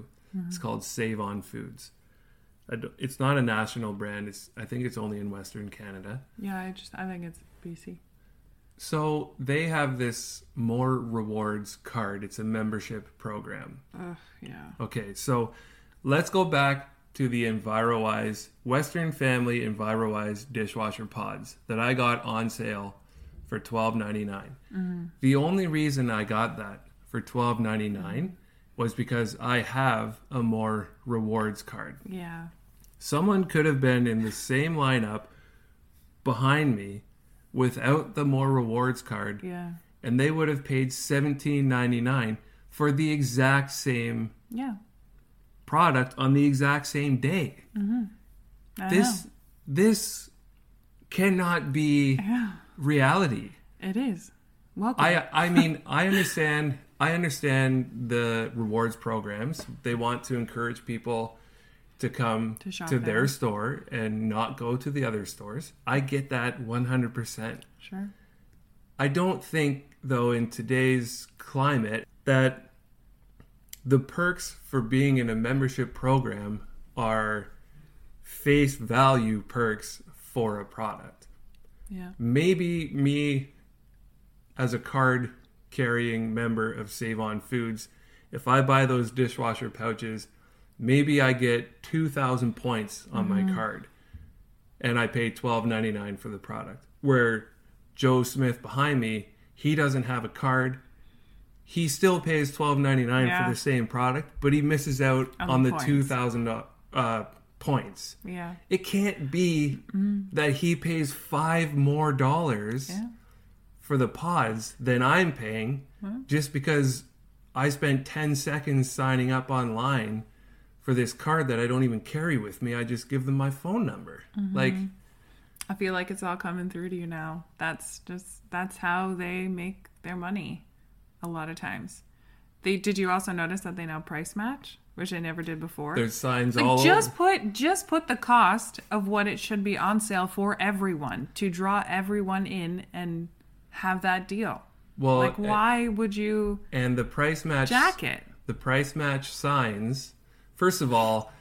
Speaker 1: is called Save On Foods. I don't- It's not a national brand. It's I think it's only in Western Canada.
Speaker 2: Yeah. I just, I think it's BC.
Speaker 1: So they have this more rewards card. It's a membership program.
Speaker 2: Ugh, yeah.
Speaker 1: Okay, so let's go back to the EnviroWise Western Family EnviroWise dishwasher pods that I got on sale for $12.99. The only reason I got that for $12.99 was because I have a more rewards card.
Speaker 2: Yeah.
Speaker 1: Someone could have been in the same lineup behind me without the more rewards card
Speaker 2: Yeah.
Speaker 1: and they would have paid $17.99 for the exact same
Speaker 2: Yeah.
Speaker 1: product on the exact same day.
Speaker 2: I
Speaker 1: This this cannot be
Speaker 2: know. Yeah,
Speaker 1: reality.
Speaker 2: it is. Welcome.
Speaker 1: I uh, I mean, I understand I understand the rewards programs. They want to encourage people to come
Speaker 2: To shop
Speaker 1: their
Speaker 2: there.
Speaker 1: store and not go to the other stores. I get that 100%.
Speaker 2: sure.
Speaker 1: I don't think, though, in today's climate, that the perks for being in a membership program are face value perks for a product.
Speaker 2: Yeah.
Speaker 1: Maybe me, as a card carrying member of Save On Foods, if I buy those dishwasher pouches, maybe I get 2,000 points on
Speaker 2: Mm-hmm.
Speaker 1: my card and I pay twelve ninety nine for the product. Where Joe Smith behind me, he doesn't have a card. He still pays twelve ninety nine
Speaker 2: Yeah.
Speaker 1: for the same product, but he misses out
Speaker 2: On
Speaker 1: on,
Speaker 2: the
Speaker 1: the
Speaker 2: points.
Speaker 1: two thousand uh, points.
Speaker 2: Yeah.
Speaker 1: It can't be that he pays five more dollars
Speaker 2: Mm. Yeah.
Speaker 1: for the pods than I'm paying just because I spent ten seconds signing up online for this card that I don't even carry with me. I just give them my phone number.
Speaker 2: Mm-hmm.
Speaker 1: Like
Speaker 2: I feel like it's all coming through to you now. That's just that's how they make their money a lot of times. They did you also notice that they now price match, which I never did before.
Speaker 1: there's signs
Speaker 2: Like,
Speaker 1: all
Speaker 2: just
Speaker 1: over.
Speaker 2: put just put the cost of what it should be on sale for everyone to draw everyone in and have that deal.
Speaker 1: Well,
Speaker 2: Like why would you
Speaker 1: and the price match
Speaker 2: jack it?
Speaker 1: the price match signs. First of all,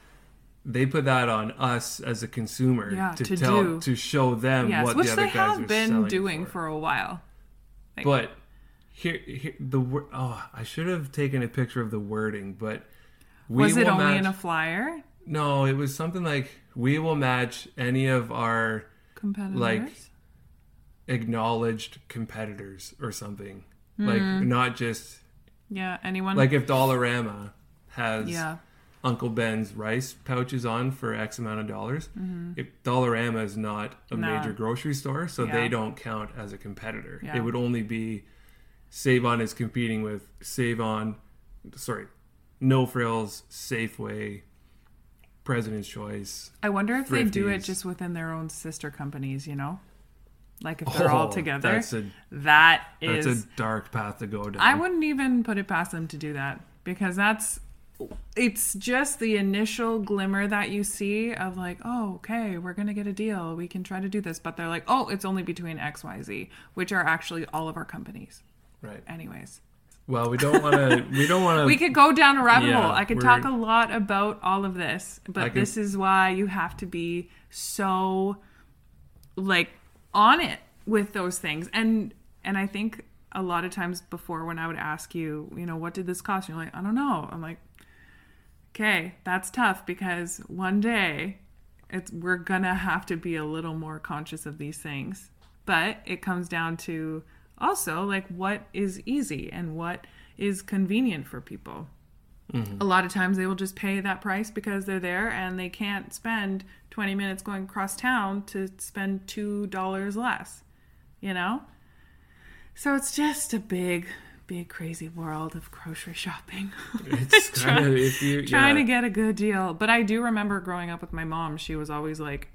Speaker 1: they put that on us as a consumer
Speaker 2: Yeah,
Speaker 1: to,
Speaker 2: to
Speaker 1: tell
Speaker 2: do.
Speaker 1: to show them
Speaker 2: Yes,
Speaker 1: what
Speaker 2: which
Speaker 1: the other
Speaker 2: they
Speaker 1: guys are
Speaker 2: have been
Speaker 1: selling
Speaker 2: doing
Speaker 1: for.
Speaker 2: for a while.
Speaker 1: But here, here the wor- oh, I should have taken a picture of the wording, but we
Speaker 2: Was it
Speaker 1: will
Speaker 2: only
Speaker 1: match-
Speaker 2: in a flyer?
Speaker 1: No, it was something like we will match any of our
Speaker 2: Competitors?
Speaker 1: acknowledged competitors or something. Like
Speaker 2: Hmm.
Speaker 1: not just
Speaker 2: yeah, anyone
Speaker 1: like if Dollarama has
Speaker 2: Yeah.
Speaker 1: Uncle Ben's rice pouches on for X amount of dollars.
Speaker 2: Mm-hmm.
Speaker 1: If Dollarama is not a
Speaker 2: No.
Speaker 1: major grocery store, so
Speaker 2: Yeah.
Speaker 1: they don't count as a competitor.
Speaker 2: Yeah.
Speaker 1: It would only be Save On is competing with Save On, sorry, No Frills, Safeway, President's Choice.
Speaker 2: I wonder if they do it
Speaker 1: Thrifties.
Speaker 2: just within their own sister companies, you know? Like if they're all
Speaker 1: Oh,
Speaker 2: together.
Speaker 1: That's a
Speaker 2: that
Speaker 1: that's
Speaker 2: is
Speaker 1: a dark path to go down.
Speaker 2: I wouldn't even put it past them to do that because that's it's just the initial glimmer that you see of like, oh, okay, we're gonna get a deal. We can try to do this, but they're like, oh, it's only between X, Y, Z, which are actually all of our companies.
Speaker 1: right.
Speaker 2: Anyways,
Speaker 1: Well, we don't want to. we don't want to.
Speaker 2: we could go down a rabbit
Speaker 1: Um, Yeah,
Speaker 2: hole. I could
Speaker 1: we're-
Speaker 2: talk a lot about all of this, but
Speaker 1: I could-
Speaker 2: this is why you have to be so like on it with those things. And and I think a lot of times before when I would ask you, you know, what did this cost? You're like, I don't know. I'm like, okay, that's tough because one day it's we're gonna have to be a little more conscious of these things. But it comes down to also like what is easy and what is convenient for people. A lot of times they will just pay that price because they're there and they can't spend 20 minutes going across town to spend $2 less, you know? So it's just a big, big crazy world of grocery shopping.
Speaker 1: it's kind of if you
Speaker 2: trying
Speaker 1: yeah.
Speaker 2: to get a good deal. But I do remember growing up with my mom, she was always like,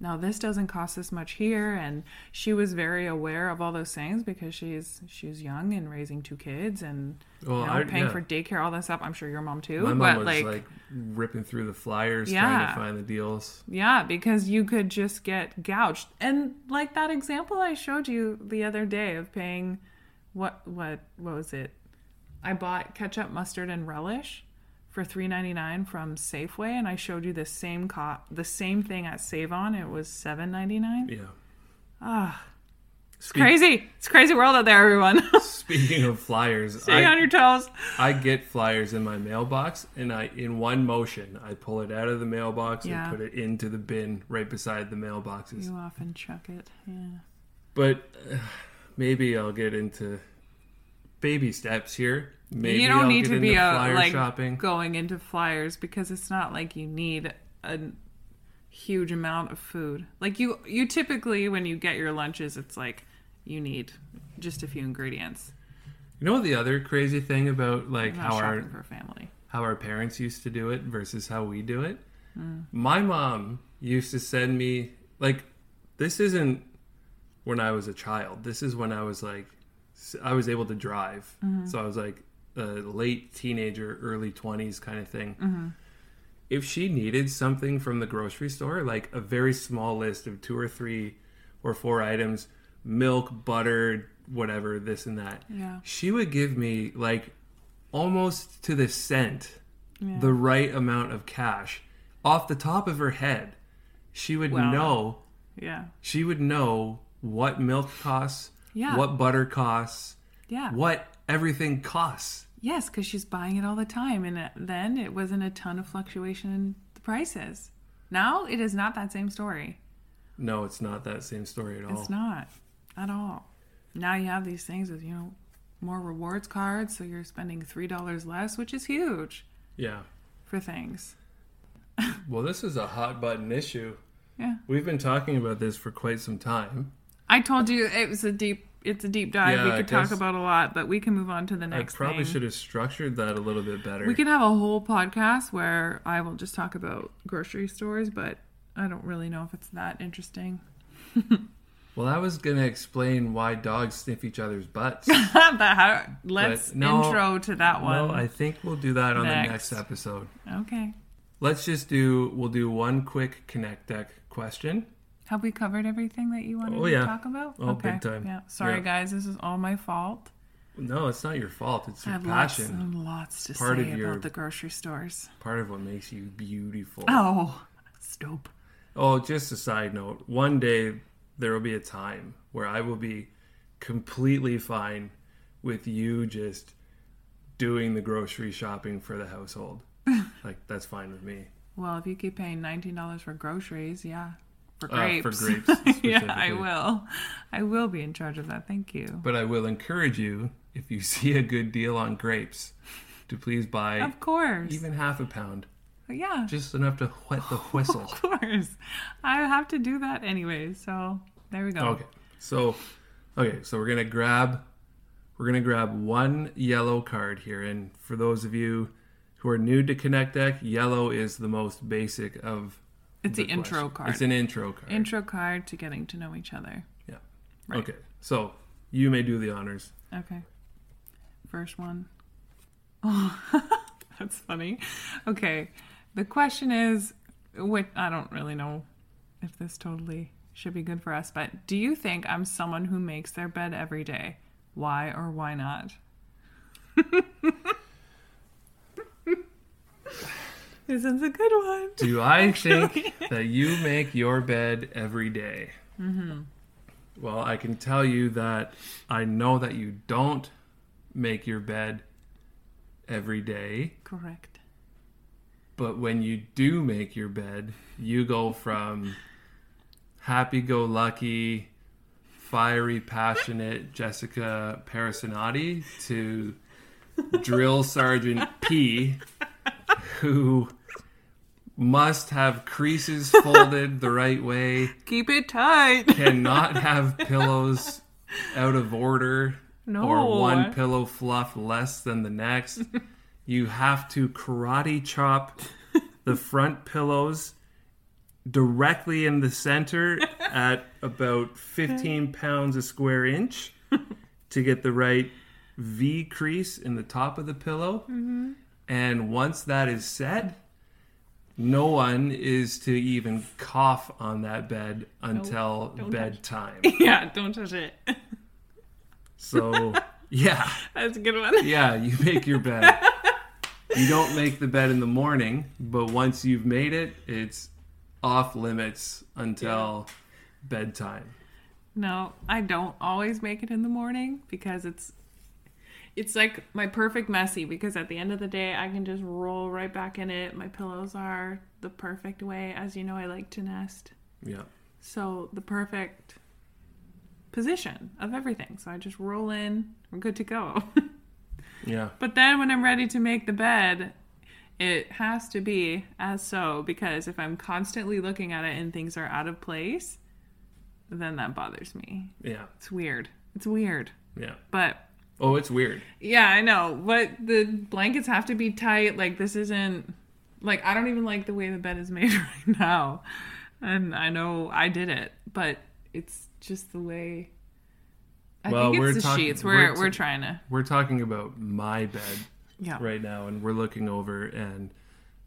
Speaker 2: "No, this doesn't cost this much here," and she was very aware of all those things because she's she's young and raising two kids and
Speaker 1: Well,
Speaker 2: you know,
Speaker 1: I-
Speaker 2: paying
Speaker 1: yeah.
Speaker 2: for daycare, all that stuff. I'm sure your mom too,
Speaker 1: My mom
Speaker 2: but
Speaker 1: was like, ripping through the flyers trying
Speaker 2: Yeah.
Speaker 1: to find the deals.
Speaker 2: yeah, because you could just get gouged. And like that example I showed you the other day of paying what what what was it? I bought ketchup, mustard, and relish for three ninety nine from Safeway, and I showed you the same co- the same thing at Save On. It was seven ninety nine.
Speaker 1: Yeah. Speak-
Speaker 2: Crazy! Ah. It's a crazy world out there, everyone.
Speaker 1: Speaking of flyers,
Speaker 2: Stay on
Speaker 1: I,
Speaker 2: your toes.
Speaker 1: I get flyers in my mailbox, and I in one motion I pull it out of the mailbox
Speaker 2: Yeah.
Speaker 1: and put it into the bin right beside the mailboxes.
Speaker 2: You often chuck it. Yeah.
Speaker 1: But uh, maybe I'll get into baby steps here. Maybe
Speaker 2: you don't
Speaker 1: I'll
Speaker 2: need
Speaker 1: get
Speaker 2: to
Speaker 1: into
Speaker 2: be out
Speaker 1: flyer
Speaker 2: like
Speaker 1: shopping.
Speaker 2: going into flyers because it's not like you need a huge amount of food. Like you, you typically when you get your lunches, it's like you need just a few ingredients.
Speaker 1: You know the other crazy thing about like
Speaker 2: You're not
Speaker 1: how our
Speaker 2: shopping for family.
Speaker 1: how our parents used to do it versus how we do it. My mom used to send me like this isn't when I was a child. This is when I was like s- I was able to drive. So I was like a late teenager, early 20s kind of thing. If she needed something from the grocery store, like a very small list of two or three or four items, milk, butter, whatever, this and that.
Speaker 2: Yeah.
Speaker 1: She would give me like almost to the cent
Speaker 2: Yeah.
Speaker 1: the right amount of cash off the top of her head. She would
Speaker 2: Wow.
Speaker 1: know
Speaker 2: Yeah,
Speaker 1: she would know what milk costs,
Speaker 2: Yeah.
Speaker 1: what butter costs,
Speaker 2: yeah,
Speaker 1: what everything costs.
Speaker 2: yes, because she's buying it all the time, and it- then it wasn't a ton of fluctuation in the prices. Now it is not that same story.
Speaker 1: No, it's not that same story at all.
Speaker 2: It's not at all. Now you have these things with, you know, more rewards cards, so you're spending $3 less, which is huge
Speaker 1: Yeah.
Speaker 2: for things.
Speaker 1: Well, this is a hot button issue.
Speaker 2: Yeah.
Speaker 1: We've been talking about this for quite some time.
Speaker 2: I told you it was a deep it's a deep dive.
Speaker 1: Yeah,
Speaker 2: we
Speaker 1: I
Speaker 2: could talk
Speaker 1: guess-
Speaker 2: about a lot, but we can move on to the
Speaker 1: I
Speaker 2: next
Speaker 1: probably
Speaker 2: thing.
Speaker 1: should have structured that a little bit better.
Speaker 2: We could have a whole podcast where I will just talk about grocery stores, but I don't really know if it's that interesting.
Speaker 1: well, I was gonna explain why dogs sniff each other's butts.
Speaker 2: but how, let's
Speaker 1: But no,
Speaker 2: intro to that one.
Speaker 1: Well, I think we'll do that on
Speaker 2: Next.
Speaker 1: the next episode.
Speaker 2: Okay.
Speaker 1: Let's just do. We'll do one quick connect deck question.
Speaker 2: Have we covered everything that you wanted
Speaker 1: Oh,
Speaker 2: to
Speaker 1: yeah.
Speaker 2: talk about?
Speaker 1: Oh, big time.
Speaker 2: Yeah. Sorry,
Speaker 1: Yeah.
Speaker 2: guys. This is all my fault.
Speaker 1: No, it's not your fault. It's
Speaker 2: I
Speaker 1: your
Speaker 2: have lots,
Speaker 1: passion.
Speaker 2: and lots to
Speaker 1: Part
Speaker 2: say
Speaker 1: of your-
Speaker 2: about the grocery stores.
Speaker 1: Part of what makes you beautiful.
Speaker 2: Oh, stoop.
Speaker 1: Oh, just a side note. One day there will be a time where I will be completely fine with you just doing the grocery shopping for the household. like that's fine with me.
Speaker 2: Well, if you keep paying $19 for groceries, yeah. For
Speaker 1: Uh,
Speaker 2: grapes.
Speaker 1: for grapes
Speaker 2: yeah, I
Speaker 1: specifically.
Speaker 2: will. I will be in charge of that. Thank you.
Speaker 1: But I will encourage you if you see a good deal on grapes to please buy
Speaker 2: Of course.
Speaker 1: even half a pound,
Speaker 2: yeah.
Speaker 1: just enough to whet the whistle.
Speaker 2: Of course. I have to do that anyway. So there we go.
Speaker 1: Okay. So okay, so we're gonna grab we're gonna grab one yellow card here. And for those of you who are new to Connect Deck, yellow is the most basic of
Speaker 2: It's the, intro
Speaker 1: question.
Speaker 2: card.
Speaker 1: It's an intro card.
Speaker 2: intro card to getting to know each other.
Speaker 1: yeah.
Speaker 2: right.
Speaker 1: Okay. So you may do the honors.
Speaker 2: Okay. First one. Oh, that's funny. Okay. The question is which I don't really know if this totally should be good for us, but do you think I'm someone who makes their bed every day? Why or why not? this is a good one.
Speaker 1: Do I think that you make your bed every day? Well, I can tell you that I know that you don't make your bed every day.
Speaker 2: Correct.
Speaker 1: But when you do make your bed, you go from happy go lucky, fiery, passionate Jessica Parasinati to drill sergeant P, who must have creases folded the right way,
Speaker 2: Keep it tight.
Speaker 1: cannot have pillows out of order,
Speaker 2: No.
Speaker 1: or one pillow fluff less than the next. you have to karate chop the front pillows directly in the center at about 15 pounds a square inch to get the right V crease in the top of the pillow.
Speaker 2: Mm-hmm.
Speaker 1: And once that is set, no one is to even cough on that bed until
Speaker 2: don't touch.
Speaker 1: bedtime.
Speaker 2: yeah, don't touch it.
Speaker 1: So, yeah.
Speaker 2: That's a good one.
Speaker 1: Yeah, you make your bed. you don't make the bed in the morning, but once you've made it, it's off limits until bedtime.
Speaker 2: No, I don't always make it in the morning because it's it's like my perfect messy because at the end of the day I can just roll right back in it. My pillows are the perfect way as you know I like to nest.
Speaker 1: Yeah.
Speaker 2: So the perfect position of everything. So I just roll in, we're good to go.
Speaker 1: Yeah.
Speaker 2: But then when I'm ready to make the bed, it has to be as so because if I'm constantly looking at it and things are out of place, then that bothers me.
Speaker 1: Yeah.
Speaker 2: It's weird. It's weird.
Speaker 1: Yeah.
Speaker 2: But
Speaker 1: Oh, it's weird.
Speaker 2: yeah, I know. But the blankets have to be tight. Like this isn't like I don't even like the way the bed is made right now. And I know I did it, but it's just the way I
Speaker 1: Well,
Speaker 2: think
Speaker 1: we're
Speaker 2: it's the
Speaker 1: talking-
Speaker 2: sheets. We're
Speaker 1: we're-
Speaker 2: we're, trying to
Speaker 1: We're talking about my bed
Speaker 2: Yeah.
Speaker 1: right now, and we're looking over, and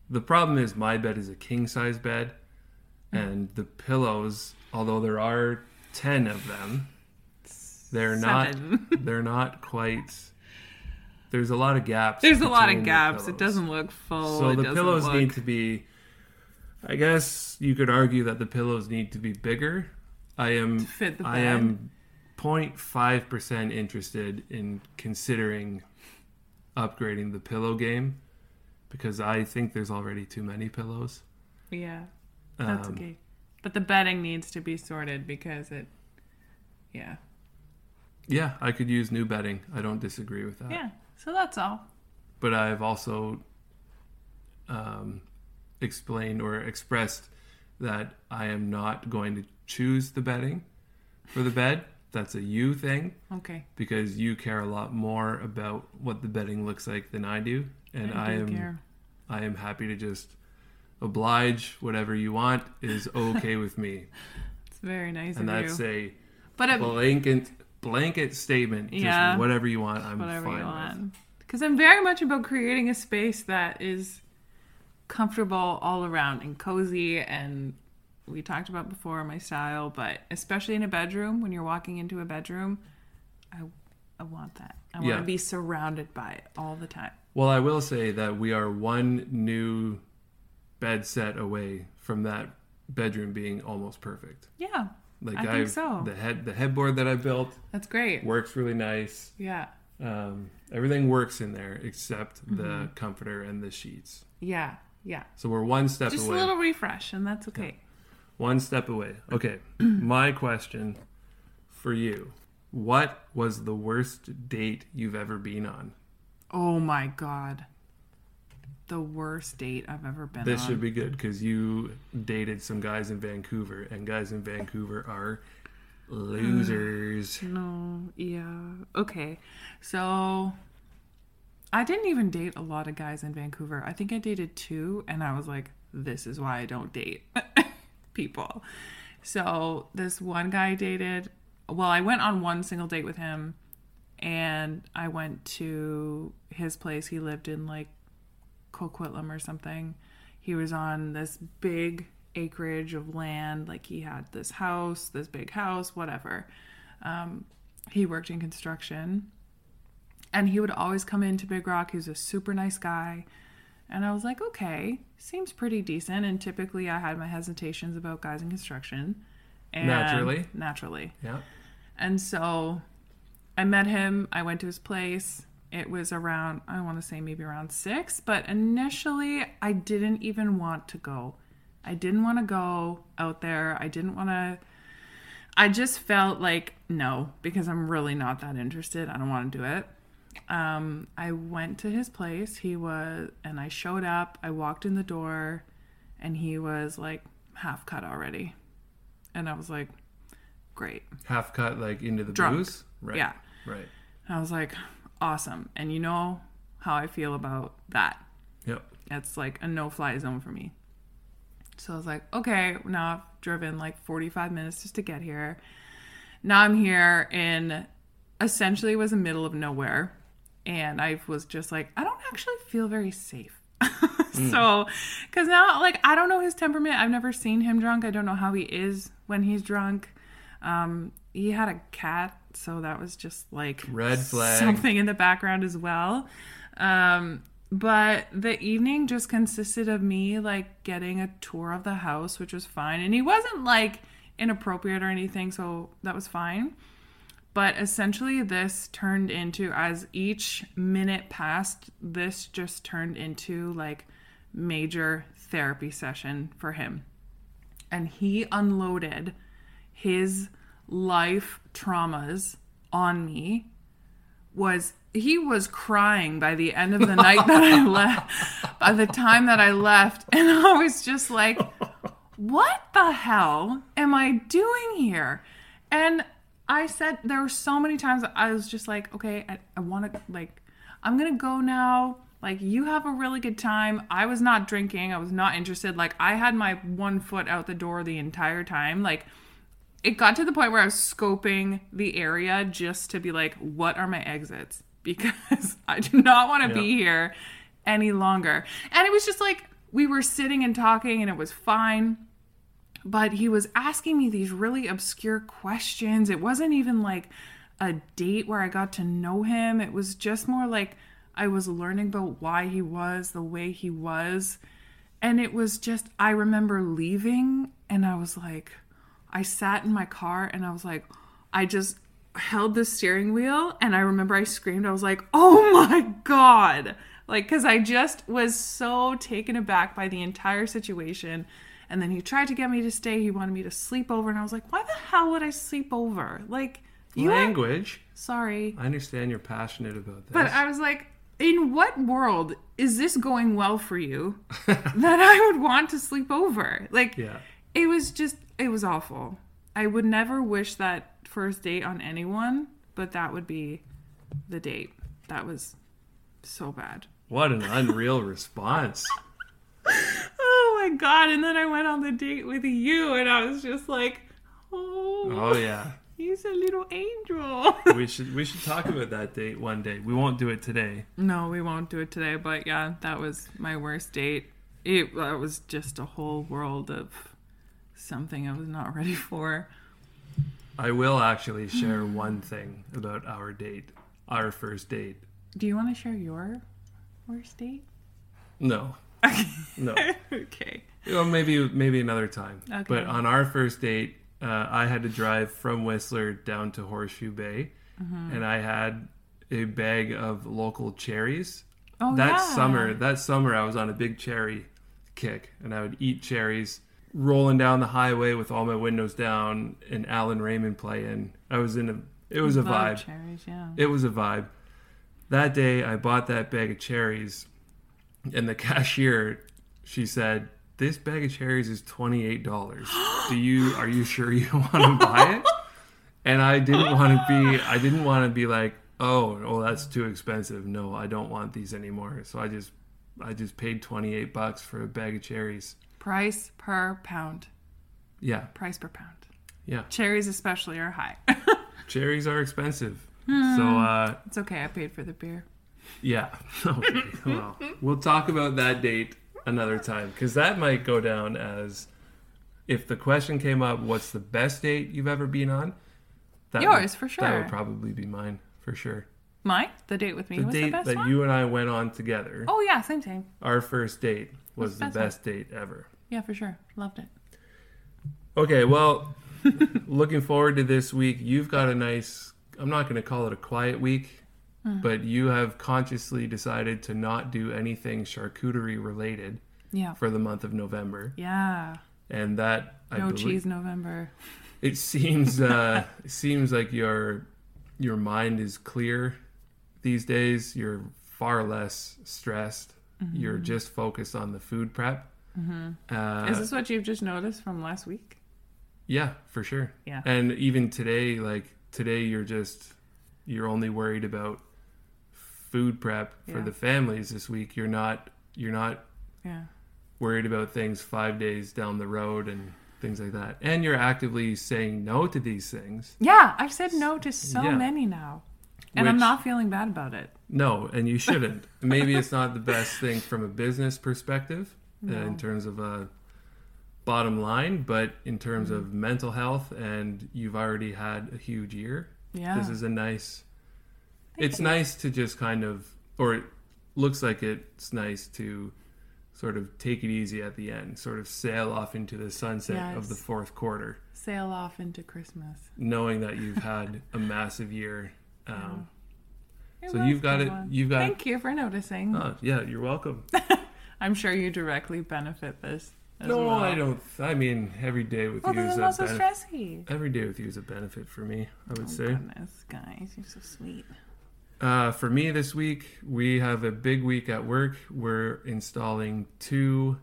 Speaker 1: the problem is my bed is a king size bed, and the pillows, although there are 10 of them, they're not
Speaker 2: Seven.
Speaker 1: they're not quite. There's a lot of gaps.
Speaker 2: There's a lot
Speaker 1: between
Speaker 2: of
Speaker 1: the
Speaker 2: gaps. It
Speaker 1: pillows.
Speaker 2: doesn't look full.
Speaker 1: So
Speaker 2: it
Speaker 1: the
Speaker 2: doesn't
Speaker 1: pillows
Speaker 2: look...
Speaker 1: need to be. I guess you could argue that the pillows need to be bigger. I am.
Speaker 2: fit the
Speaker 1: I
Speaker 2: bed.
Speaker 1: am. 0.5 percent interested in considering upgrading the pillow game because I think there's already too many pillows.
Speaker 2: Yeah, that's
Speaker 1: Um,
Speaker 2: okay. But the bedding needs to be sorted because it. Yeah.
Speaker 1: Yeah, I could use new bedding. I don't disagree with that.
Speaker 2: Yeah. So that's all.
Speaker 1: but I've also um, explained or expressed that I am not going to choose the bedding for the bed. that's a you thing
Speaker 2: Okay.
Speaker 1: because you care a lot more about what the betting looks like than I do, and I,
Speaker 2: do
Speaker 1: am
Speaker 2: care.
Speaker 1: I am happy to just oblige whatever you want is okay with me,
Speaker 2: It's very nice
Speaker 1: and
Speaker 2: of
Speaker 1: that's
Speaker 2: you.
Speaker 1: a
Speaker 2: But it,
Speaker 1: blanket blanket statement. Just
Speaker 2: Yeah.
Speaker 1: whatever you want, I'm
Speaker 2: whatever
Speaker 1: fine
Speaker 2: you
Speaker 1: with.
Speaker 2: want. Because I'm very much about creating a space that is comfortable all around and cozy. And we talked about before my style, but especially in a bedroom, when you're walking into a bedroom, I, I want that. I want
Speaker 1: Yeah.
Speaker 2: to be surrounded by it all the time.
Speaker 1: Well, I will say that we are one new bed set away from that bedroom being almost perfect.
Speaker 2: Yeah,
Speaker 1: Like
Speaker 2: I think
Speaker 1: I've-
Speaker 2: so.
Speaker 1: the head the headboard that I built
Speaker 2: that's great.
Speaker 1: works really nice.
Speaker 2: Yeah,
Speaker 1: Um, everything works in there except
Speaker 2: Mm-hmm.
Speaker 1: the comforter and the sheets.
Speaker 2: yeah, yeah.
Speaker 1: So we're one step
Speaker 2: Just
Speaker 1: away.
Speaker 2: a little refresh, and that's okay.
Speaker 1: One step away. Okay, my question for you: What was the worst date you've ever been on?
Speaker 2: Oh my god. The worst date I've ever been
Speaker 1: This
Speaker 2: on.
Speaker 1: should be good because you dated some guys in Vancouver, and guys in Vancouver are
Speaker 2: Mm.
Speaker 1: losers.
Speaker 2: No, yeah. Okay. So I didn't even date a lot of guys in Vancouver. I think I dated two, and I was like, this is why I don't date people. So this one guy I dated, well, I went on one single date with him, and I went to his place. He lived in like Coquitlam or something. He was on this big acreage of land. Like he had this house, this big house, whatever Um, he worked in construction and he would always come into big rock he was a super nice guy and i was like okay seems pretty decent and typically i had my hesitations about guys in construction and
Speaker 1: Naturally.
Speaker 2: naturally
Speaker 1: Yeah.
Speaker 2: and so I met him. I went to his place. It was around, I want to say maybe around six, but initially I didn't even want to go. I didn't want to go out there. I didn't want to. I just felt like no, because I'm really not that interested. I don't want to do it. Um, I went to his place. He was, and I showed up. I walked in the door, and he was like half cut already. And I was like, great.
Speaker 1: Half cut like into the
Speaker 2: Drunk.
Speaker 1: booze. Right.
Speaker 2: Yeah.
Speaker 1: Right.
Speaker 2: And I was like, awesome. And you know how I feel about that.
Speaker 1: Yep.
Speaker 2: It's like a no fly zone for me. So I was like, okay, now I've driven like 45 minutes just to get here. Now I'm here in essentially it was the middle of nowhere. And I was just like, I don't actually feel very safe.
Speaker 1: Mm.
Speaker 2: So, because now, like, I don't know his temperament. I've never seen him drunk. I don't know how he is when he's drunk. Um, he had a cat, so that was just like
Speaker 1: Red flag.
Speaker 2: something in the background as well. Um, but the evening just consisted of me like getting a tour of the house, which was fine. And he wasn't like inappropriate or anything, so that was fine. But essentially, this turned into, as each minute passed, this just turned into like major therapy session for him. And he unloaded his life traumas on me was he was crying by the end of the night that I left by the time that I left and I was just like what the hell am I doing here and I said there were so many times that I was just like okay I, I want to like I'm gonna go now like you have a really good time I was not drinking I was not interested like I had my one foot out the door the entire time like it got to the point where I was scoping the area just to be like, what are my exits? Because I do not want to be
Speaker 1: Yeah.
Speaker 2: here any longer. And it was just like, we were sitting and talking and it was fine. But he was asking me these really obscure questions. It wasn't even like a date where I got to know him, it was just more like I was learning about why he was the way he was. And it was just, I remember leaving and I was like, I sat in my car and I was like, I just held the steering wheel and I remember I screamed, I was like, oh my God. Like, because I just was so taken aback by the entire situation. And then he tried to get me to stay. He wanted me to sleep over. And I was like, why the hell would I sleep over? Like, you are-
Speaker 1: Language.
Speaker 2: Sorry.
Speaker 1: I understand you're passionate about this.
Speaker 2: But I was like, in what world is this going well for you that I would want to sleep over? Like,
Speaker 1: yeah.
Speaker 2: it was just, it was awful. I would never wish that first date on anyone, but that would be the date. That was so bad.
Speaker 1: What an unreal response.
Speaker 2: Oh my god! And then I went on the date with you, and I was just like, oh,
Speaker 1: Oh yeah.
Speaker 2: he's a little angel.
Speaker 1: We should we should talk about that date one day. We won't do it today.
Speaker 2: no, we won't do it today. But yeah, that was my worst date. It that was just a whole world of something I was not ready for.
Speaker 1: I will actually share one thing about our date, our first date.
Speaker 2: Do you want to share your worst date?
Speaker 1: No. No.
Speaker 2: okay.
Speaker 1: Well, maybe maybe another time.
Speaker 2: Okay.
Speaker 1: But on our first date, uh, I had to drive from Whistler down to Horseshoe Bay,
Speaker 2: Mm-hmm.
Speaker 1: and I had a bag of local cherries.
Speaker 2: Oh,
Speaker 1: that
Speaker 2: yeah.
Speaker 1: summer, that summer, I was on a big cherry kick, and I would eat cherries, rolling down the highway with all my windows down, and Alan Raymond playing. I was in a. It was a
Speaker 2: Love
Speaker 1: vibe.
Speaker 2: Cherries, yeah.
Speaker 1: It was a vibe. That day, I bought that bag of cherries, and the cashier, she said, "This bag of cherries is twenty eight dollars. Do you? Are you sure you want to buy it?" And I didn't want to be. I didn't want to be like, "Oh, oh, that's too expensive. No, I don't want these anymore." So I just, I just paid twenty eight bucks for a bag of cherries.
Speaker 2: Price per pound.
Speaker 1: Yeah,
Speaker 2: Price per pound.
Speaker 1: Yeah.
Speaker 2: Cherries especially are high.
Speaker 1: cherries are expensive. So uh,
Speaker 2: it's okay. I paid for the beer.
Speaker 1: Yeah. Okay. well, we'll talk about that date another time because that might go down as if the question came up, what's the best date you've ever been on? That
Speaker 2: Yours, for
Speaker 1: would, That
Speaker 2: sure.
Speaker 1: would probably be mine for sure.
Speaker 2: Mine? The date with me
Speaker 1: The
Speaker 2: was
Speaker 1: date
Speaker 2: the best
Speaker 1: that
Speaker 2: one?
Speaker 1: you and I went on together,
Speaker 2: Oh, yeah. Same thing.
Speaker 1: our first date, was the
Speaker 2: the best one?
Speaker 1: best date ever.
Speaker 2: Yeah, for sure. Loved it.
Speaker 1: Okay, well, looking forward to this week. You've got a nice, I'm not going to call it a quiet week,
Speaker 2: Hmm.
Speaker 1: but you have consciously decided to not do anything charcuterie related
Speaker 2: Yeah.
Speaker 1: for the month of November.
Speaker 2: Yeah.
Speaker 1: And that, I
Speaker 2: No
Speaker 1: believe,
Speaker 2: cheese November.
Speaker 1: it seems, uh, it seems like your, your mind is clear these days. You're far less stressed.
Speaker 2: Mm-hmm.
Speaker 1: You're just focused on the food prep. Uh,
Speaker 2: Is this what you've just noticed from last week?
Speaker 1: Yeah, for sure.
Speaker 2: Yeah.
Speaker 1: And even today, like today, you're just you're only worried about food prep for
Speaker 2: Yeah.
Speaker 1: the families this week. You're not you're not
Speaker 2: Yeah.
Speaker 1: worried about things five days down the road and things like that. And you're actively saying no to these things.
Speaker 2: Yeah. I've said no to so
Speaker 1: Yeah.
Speaker 2: many now. And I'm
Speaker 1: Which-
Speaker 2: not feeling bad about it.
Speaker 1: No, and you shouldn't. Maybe it's not the best thing from a business perspective uh, in terms of a bottom line, but in terms
Speaker 2: Mm-hmm.
Speaker 1: of mental health, and you've already had a huge year.
Speaker 2: Yeah.
Speaker 1: This is a nice. it's nice to just kind of, or it looks like it's nice to sort of take it easy at the end, sort of sail off into the sunset of the
Speaker 2: Yes.
Speaker 1: fourth quarter,
Speaker 2: Sail off into Christmas.
Speaker 1: knowing that you've had a massive year. Um,
Speaker 2: It
Speaker 1: So
Speaker 2: was
Speaker 1: you've got
Speaker 2: good
Speaker 1: it-
Speaker 2: one.
Speaker 1: you've got it-
Speaker 2: Thank you for noticing.
Speaker 1: oh, yeah, you're welcome.
Speaker 2: I'm sure you directly benefit this. As
Speaker 1: No,
Speaker 2: well.
Speaker 1: I don't. I mean, every day with
Speaker 2: Well,
Speaker 1: you
Speaker 2: this
Speaker 1: is
Speaker 2: is
Speaker 1: a
Speaker 2: also
Speaker 1: benef-
Speaker 2: stressy. Oh,
Speaker 1: every day with you is a benefit for me. I would say.
Speaker 2: Goodness, guys, you're so sweet.
Speaker 1: Uh, for me this week, we have a big week at work. We're installing two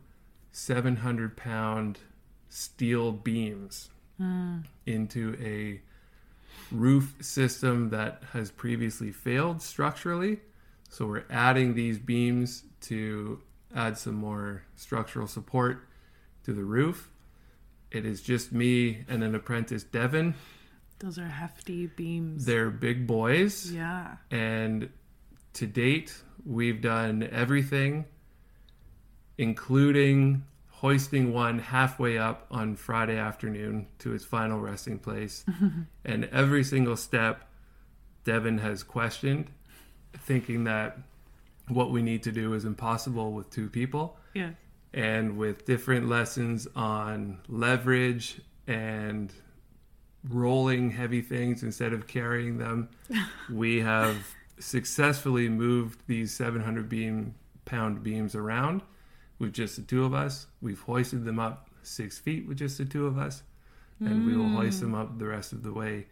Speaker 1: 700 pound steel beams into a roof system that has previously failed structurally. So we're adding these beams to add some more structural support to the roof. It is just me and an apprentice, Devin.
Speaker 2: Those are hefty beams.
Speaker 1: They're big boys.
Speaker 2: yeah.
Speaker 1: And to date, we've done everything, including hoisting one halfway up on Friday afternoon to its final resting place. and every single step, Devin has questioned, thinking that what we need to do is impossible with two people
Speaker 2: Yeah.
Speaker 1: and with different lessons on leverage and rolling heavy things instead of carrying them, we have successfully moved these 700 beam pound beams around with just the two of us. We've hoisted them up six feet with just the two of us, and we will hoist them up the rest of the way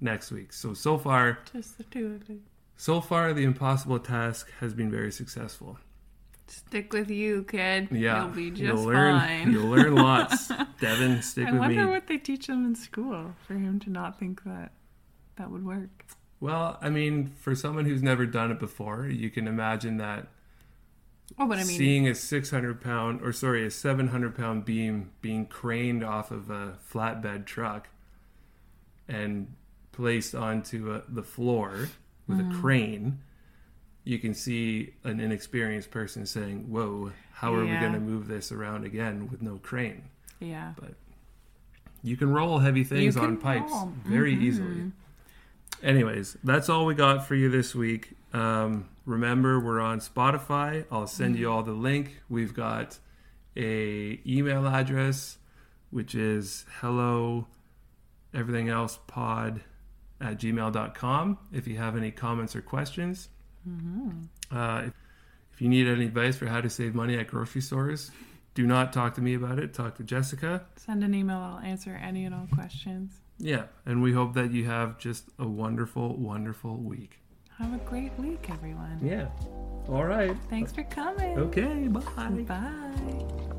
Speaker 1: next week. So so far,
Speaker 2: Just the two of them.
Speaker 1: so far the impossible task has been very successful.
Speaker 2: Stick with you, kid.
Speaker 1: Yeah,
Speaker 2: You'll be just
Speaker 1: learn,
Speaker 2: fine.
Speaker 1: You'll learn lots. Devin, stick
Speaker 2: I
Speaker 1: with
Speaker 2: wonder
Speaker 1: me.
Speaker 2: what they teach them in school for him to not think that. that would work.
Speaker 1: Well, I mean, for someone who's never done it before, you can imagine that
Speaker 2: Oh, but I mean,
Speaker 1: seeing a 600 pound or sorry a 700 pound beam being craned off of a flatbed truck and placed onto a, the floor with
Speaker 2: Mm.
Speaker 1: a crane you can see an inexperienced person saying whoa how are we
Speaker 2: Yeah.
Speaker 1: going to move this around again with no crane
Speaker 2: yeah.
Speaker 1: you can roll heavy things
Speaker 2: You
Speaker 1: on
Speaker 2: can
Speaker 1: pipes
Speaker 2: roll. Mm-hmm.
Speaker 1: very easily. Anyways, that's all we got for you this week. Um, remember, we're on Spotify. I'll send you all the link. We've got a email address, which is hello everything else pod at gmail.com if you have any comments or questions.
Speaker 2: Mm-hmm.
Speaker 1: Uh, if, if you need any advice for how to save money at grocery stores, do not talk to me about it. Talk to Jessica.
Speaker 2: Send an email. I'll answer any and all questions.
Speaker 1: Yeah, and we hope that you have just a wonderful, wonderful week.
Speaker 2: Have a great week, everyone.
Speaker 1: Yeah. All right.
Speaker 2: Thanks for coming.
Speaker 1: Oh. Okay, bye.
Speaker 2: Bye.